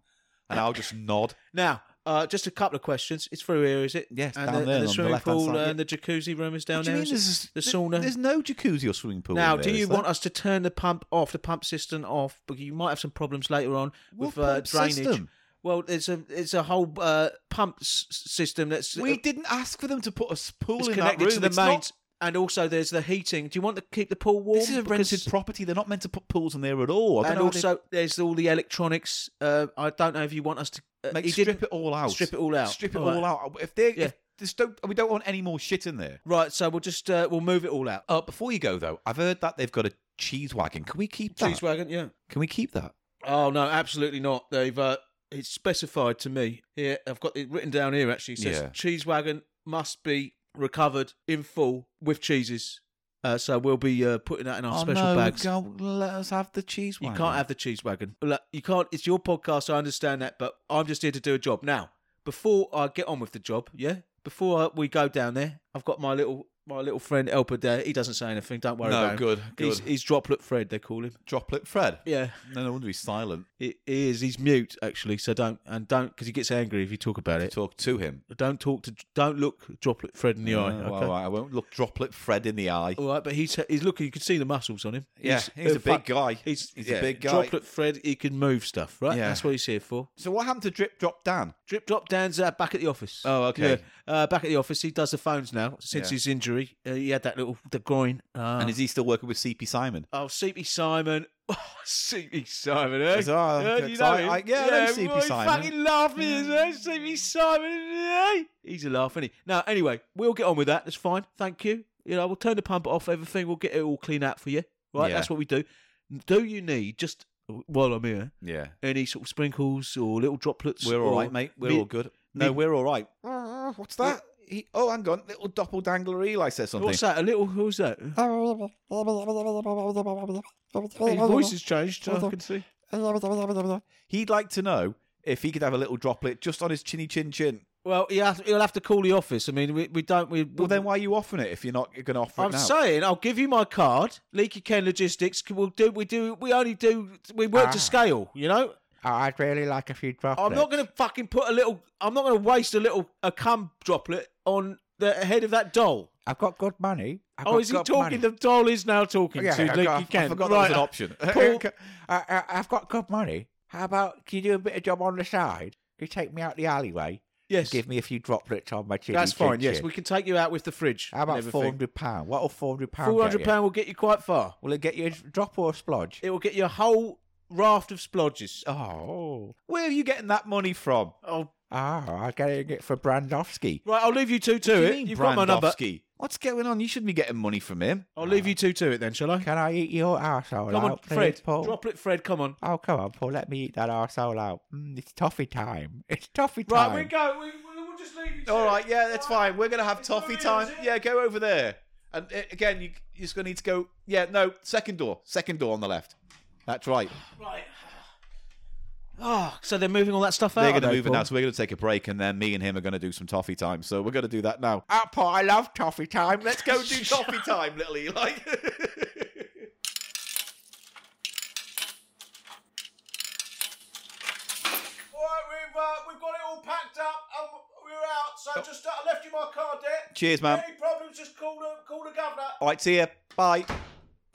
and I'll just nod. now. Uh, just a couple of questions. It's through here, is it? Yes, and down the, and there the on the swimming left-hand pool side, yeah. and the jacuzzi room is down What do you there. mean is it? there's, the there- sauna? There's no jacuzzi or swimming pool. Now, in do there, you is there? want us to turn the pump off, the pump system off? Because you might have some problems later on with What uh, pump drainage. system? Well, it's a it's a whole uh, pump s- system that's We uh, didn't ask for them to put a s- pool it's in that connected room. to the It's not- mains. And also, there's the heating. Do you want to keep the pool warm? This is a Because rented it's- property. They're not meant to put pools in there at all. I and don't know how also, there's all the electronics. Uh, I don't know if you want us to uh, they make he strip didn't- it all out. strip it all out. Strip it All right. all out. If they, Yeah. if just don't, we don't want any more shit in there. Right, so we'll just uh, we'll move it all out. Uh, before you go though, I've heard that they've got a cheese wagon. Can we keep that? Cheese wagon, yeah. Can we keep that? Oh no, absolutely not. They've uh, it's specified to me here. I've got it written down here. Actually, it says Yeah. cheese wagon must be recovered in full with cheeses. Uh, so we'll be uh, putting that in our special bags. Oh, Go, let us have the cheese You wagon. can't have the cheese wagon. Look, you can't. It's your podcast. I understand that, but I'm just here to do a job. Now, before I get on with the job, yeah, before I, we go down there, I've got my little my little friend Elper there. He doesn't say anything. Don't worry No, about him. good, He's, good. he's droplet Fred. They call him. droplet Fred. Yeah. No, no wonder he's silent. It is. He's mute actually, so don't and don't because he gets angry if you talk about it. Talk to him. Don't talk to. Don't look droplet Fred in the eye. Uh, Okay. well, all right, I won't look droplet Fred in the eye. All right, but he's he's looking. You can see the muscles on him. Yeah, he's a big guy. He's, He's a yeah, big guy. Droplet Fred. He can move stuff. Right. Yeah. That's what he's here for. So what happened to Drip Drop Dan? Drip drop Dan's uh, back at the office. Oh, okay. Yeah, uh, back at the office. He does the phones now since Yeah. his injury. Uh, he had that little the groin. Uh, And is he still working with CP Simon? Oh, Sleepy Simon. Oh, Sleepy Simon, eh? Yes, ah, Eh, do you yes, know I- him? I- yeah, I know Sleepy well, he Simon. fucking laugh me as well, Sleepy Simon, eh? He's a laugh, isn't he? Now, anyway, we'll get on with that. That's fine. Thank you. You know, we'll turn the pump off, everything. We'll get it all clean out for you. Right? Yeah. That's what we do. Do you need, just while I'm here, Yeah. any sort of sprinkles or little droplets? We're all or right, mate. We're mi- all good. No, mid- we're all right. Uh, What's that? He, oh, hang on. Little doppelganger Eli says something. What's that? A little, who's that? His voice has changed, I can see. He'd like to know if he could have a little droplet just on his chinny chin chin. Well, he has, he'll have to call the office. I mean, we, we don't. We, Well, then why are you offering it if you're not going to offer it I'm now? saying I'll give you my card. Leaky Ken Logistics. c- We'll do. We do. We only do. We work to Ah. scale. You know. I'd really like a few droplets. I'm not going to fucking put a little. I'm not going to waste a little a cum droplet on the head of that doll. I've got good money. I've oh, got is he good talking? money. The doll is now talking Yeah, to I- Leaky I, Ken. I forgot right. that was an option. Paul- I, I, I've got good money. How about can you do a bit of job on the side? Can you take me out the alleyway? Yes, Give me a few droplets on my chin. that's fine. Yes, we can take you out with the fridge. How about four hundred pound? What'll four hundred pound? Four hundred pound will get you quite far. Will it get you a drop or a splodge? It will get you a whole raft of splodges. oh, Where are you getting that money from? Oh, ah, I'm getting it for Brandowski. right. I'll leave you two to What do it. you mean, You've got my number. Brandowski? What's going on? You shouldn't be getting money from him. I'll leave you two to it then, shall I? Can I eat your arsehole Come out, on, please, Fred. Paul? Droplet Fred, come on. Oh, come on, Paul. Let me eat that arsehole out. Mm, it's toffee time. It's toffee Right, time. we go. We, we'll just leave you. to All it. right, yeah, that's fine. We're gonna have It's toffee over, time. is it? Yeah, go over there. And uh, again, you you're just gonna need to go. Yeah, no, second door, second door on the left. That's right. Right. Oh, so they're moving all that stuff out. They're are gonna they, move it Paul? now, so we're gonna take a break, and then me and him are gonna do some toffee time. So we're gonna do that now. Ah, Paul, I love toffee time. Let's Let's go do toffee time, little Eli. All right, we've, uh, we've got it all packed up and we're out. So just uh, I left you my card there. Cheers, man. Any problems, just call the, call the governor. All right, see ya. Bye.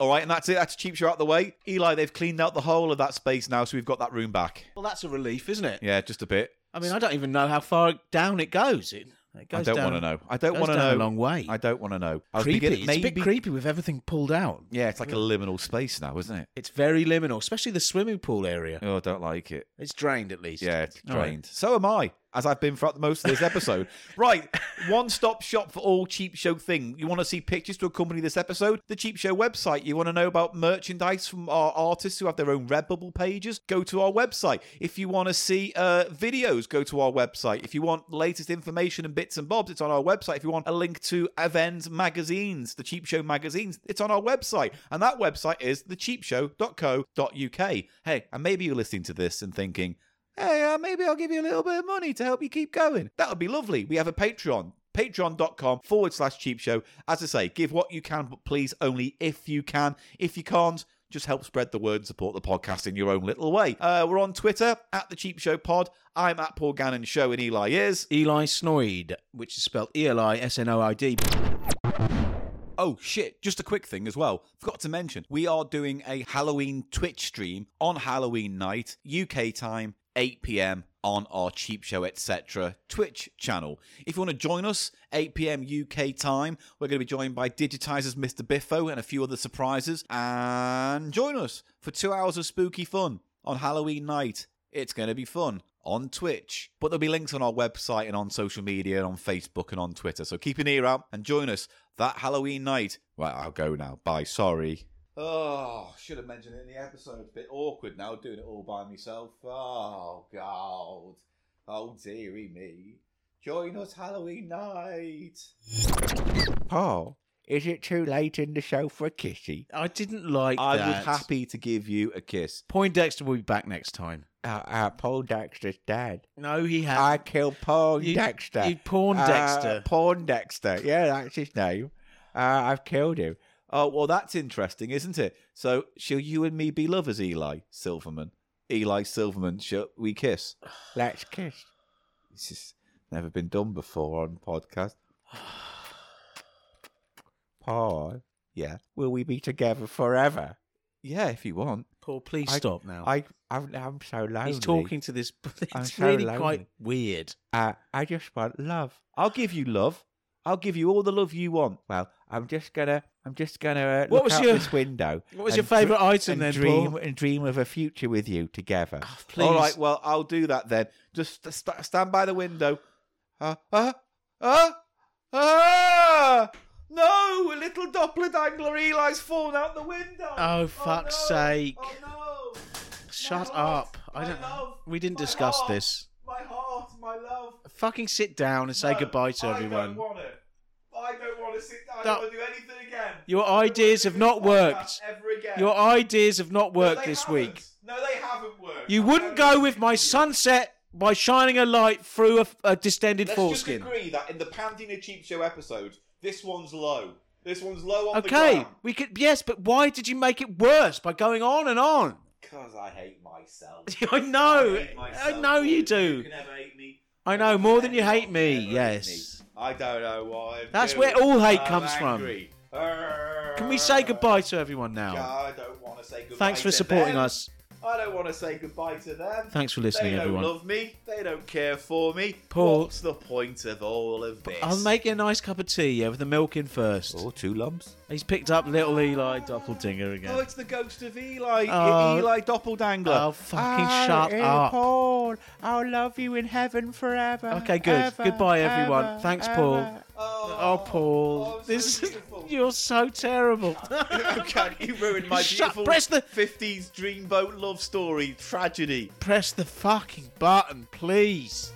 All right, and that's it. That's cheap show out the way. Eli, they've cleaned out the whole of that space now, so we've got that room back. Well, that's a relief, isn't it? Yeah, just a bit. I mean, I don't even know how far down it goes. It, it goes I don't down- want to know. I don't goes want to down know. a long way. I don't want to know. I was creepy. beginning- It's a bit creepy with everything pulled out. Yeah, it's like a liminal space now, isn't it? It's very liminal, especially the swimming pool area. Oh, I don't like it. It's drained at least. Yeah, it's All right. drained. So am I. as I've been throughout the most of this episode. right, one stop shop for all Cheap Show thing. You want to see pictures to accompany this episode? The Cheap Show website. You want to know about merchandise from our artists who have their own Redbubble pages? Go to our website. If you want to see uh, videos, go to our website. If you want latest information and bits and bobs, it's on our website. If you want a link to Evans magazines, the Cheap Show magazines, it's on our website. And that website is thecheapshow.co.uk. Hey, and maybe you're listening to this and thinking, hey, uh, maybe I'll give you a little bit of money to help you keep going. That would be lovely. We have a Patreon. Patreon.com forward slash cheap show. As I say, give what you can, but please only if you can. If you can't, just help spread the word and support the podcast in your own little way. Uh, we're on Twitter at the Cheap Show Pod. I'm at Paul Gannon Show, and Eli is. Eli Snoid, which is spelled E L I S N O I D. Oh shit, just a quick thing as well. Forgot to mention, we are doing a Halloween Twitch stream on Halloween night, UK time, 8 pm on our Cheap Show Etc. Twitch channel. If you want to join us, 8 pm UK time, we're going to be joined by Digitizers Mr. Biffo and a few other surprises. And join us for two hours of spooky fun on Halloween night. It's going to be fun on Twitch. But there'll be links on our website and on social media and on Facebook and on Twitter. So keep an ear out and join us that Halloween night. Right, I'll go now. Bye. Sorry. Oh, should have mentioned it in the episode. It's a bit awkward now doing it all by myself. Oh, God. Oh, dearie me. Join us Halloween night. Paul, is it too late in the show for a kissy? I didn't like I that. was happy to give you a kiss. Poindexter will be back next time. Uh, uh, Paul Dexter's dead. No, he has. I killed Paul Uh, You- Dexter. you pawned Dexter. Uh, Pawn Dexter. Yeah, that's his name. Uh, I've killed him. Oh, well, that's interesting, isn't it? So, shall you and me be lovers, Eli Silverman? Eli Silverman, shall we kiss? Let's kiss. This has never been done before on podcast. Paul, Yeah. will we be together forever? Yeah, if you want. Paul, please I- stop now. I, I'm, I'm so lonely. He's talking to this. It's I'm so really lonely. quite weird. Uh, I just want love. I'll give you love. I'll give you all the love you want. Well, I'm just gonna, I'm just gonna uh, What look was out your- this window. What was and your favourite dr- item and then, dream, Paul? and dream of a future with you together. Oh, please. All right, well, I'll do that then. Just st- st- stand by the window. Uh, uh, uh, ah! No, a little Doppler dangler Eli's fallen out the window. Oh, fuck's no. sake. Oh, no. Shut heart, up. I my don't. love, we didn't my discuss heart. this. My heart, my love. Fucking sit down and say No, goodbye to I everyone. Don't want it. I don't want to sit I That- don't want to do anything again. Your I don't wanna ideas do have not this worked. podcast Ever again. Your ideas have not No, worked they this haven't. week. No, they haven't worked. You I'm wouldn't very go with my confused. sunset by shining a light through a, a distended Let's foreskin. just agree that in the Pandina Cheap Show episode, this one's low. This one's low on the Okay, ground. we could. Yes, but why did you make it worse by going on and on? Because I hate myself. I know. hate I myself know more uh, you than do. can ever hate me. I know more than you hate me. Yes. I don't know why. I'm That's doing. where all hate I'm comes from. angry. from. Can we say goodbye to everyone now? I don't want to say goodbye. Thanks for to supporting them. us. I don't want to say goodbye to them. Thanks for listening, they don't everyone. love me. They don't care for me. Paul- What's the point of all of this? I'll make you a nice cup of tea yeah, with the milk in first. Oh, two lumps. He's picked up little Eli Doppeldinger Oh, again. it's the ghost of Eli. E-, Oh. Eli Doppeldanger. Oh, fucking Oh, shut hey, up. Paul, I'll love you in heaven forever. Okay, good. ever, Goodbye, everyone. ever, Thanks, ever. Paul. Oh, Oh, Paul. oh, so this is, beautiful. you're so terrible. Okay, you ruined my Shut- beautiful press the- 50s dreamboat love story tragedy. Press the fucking button, please.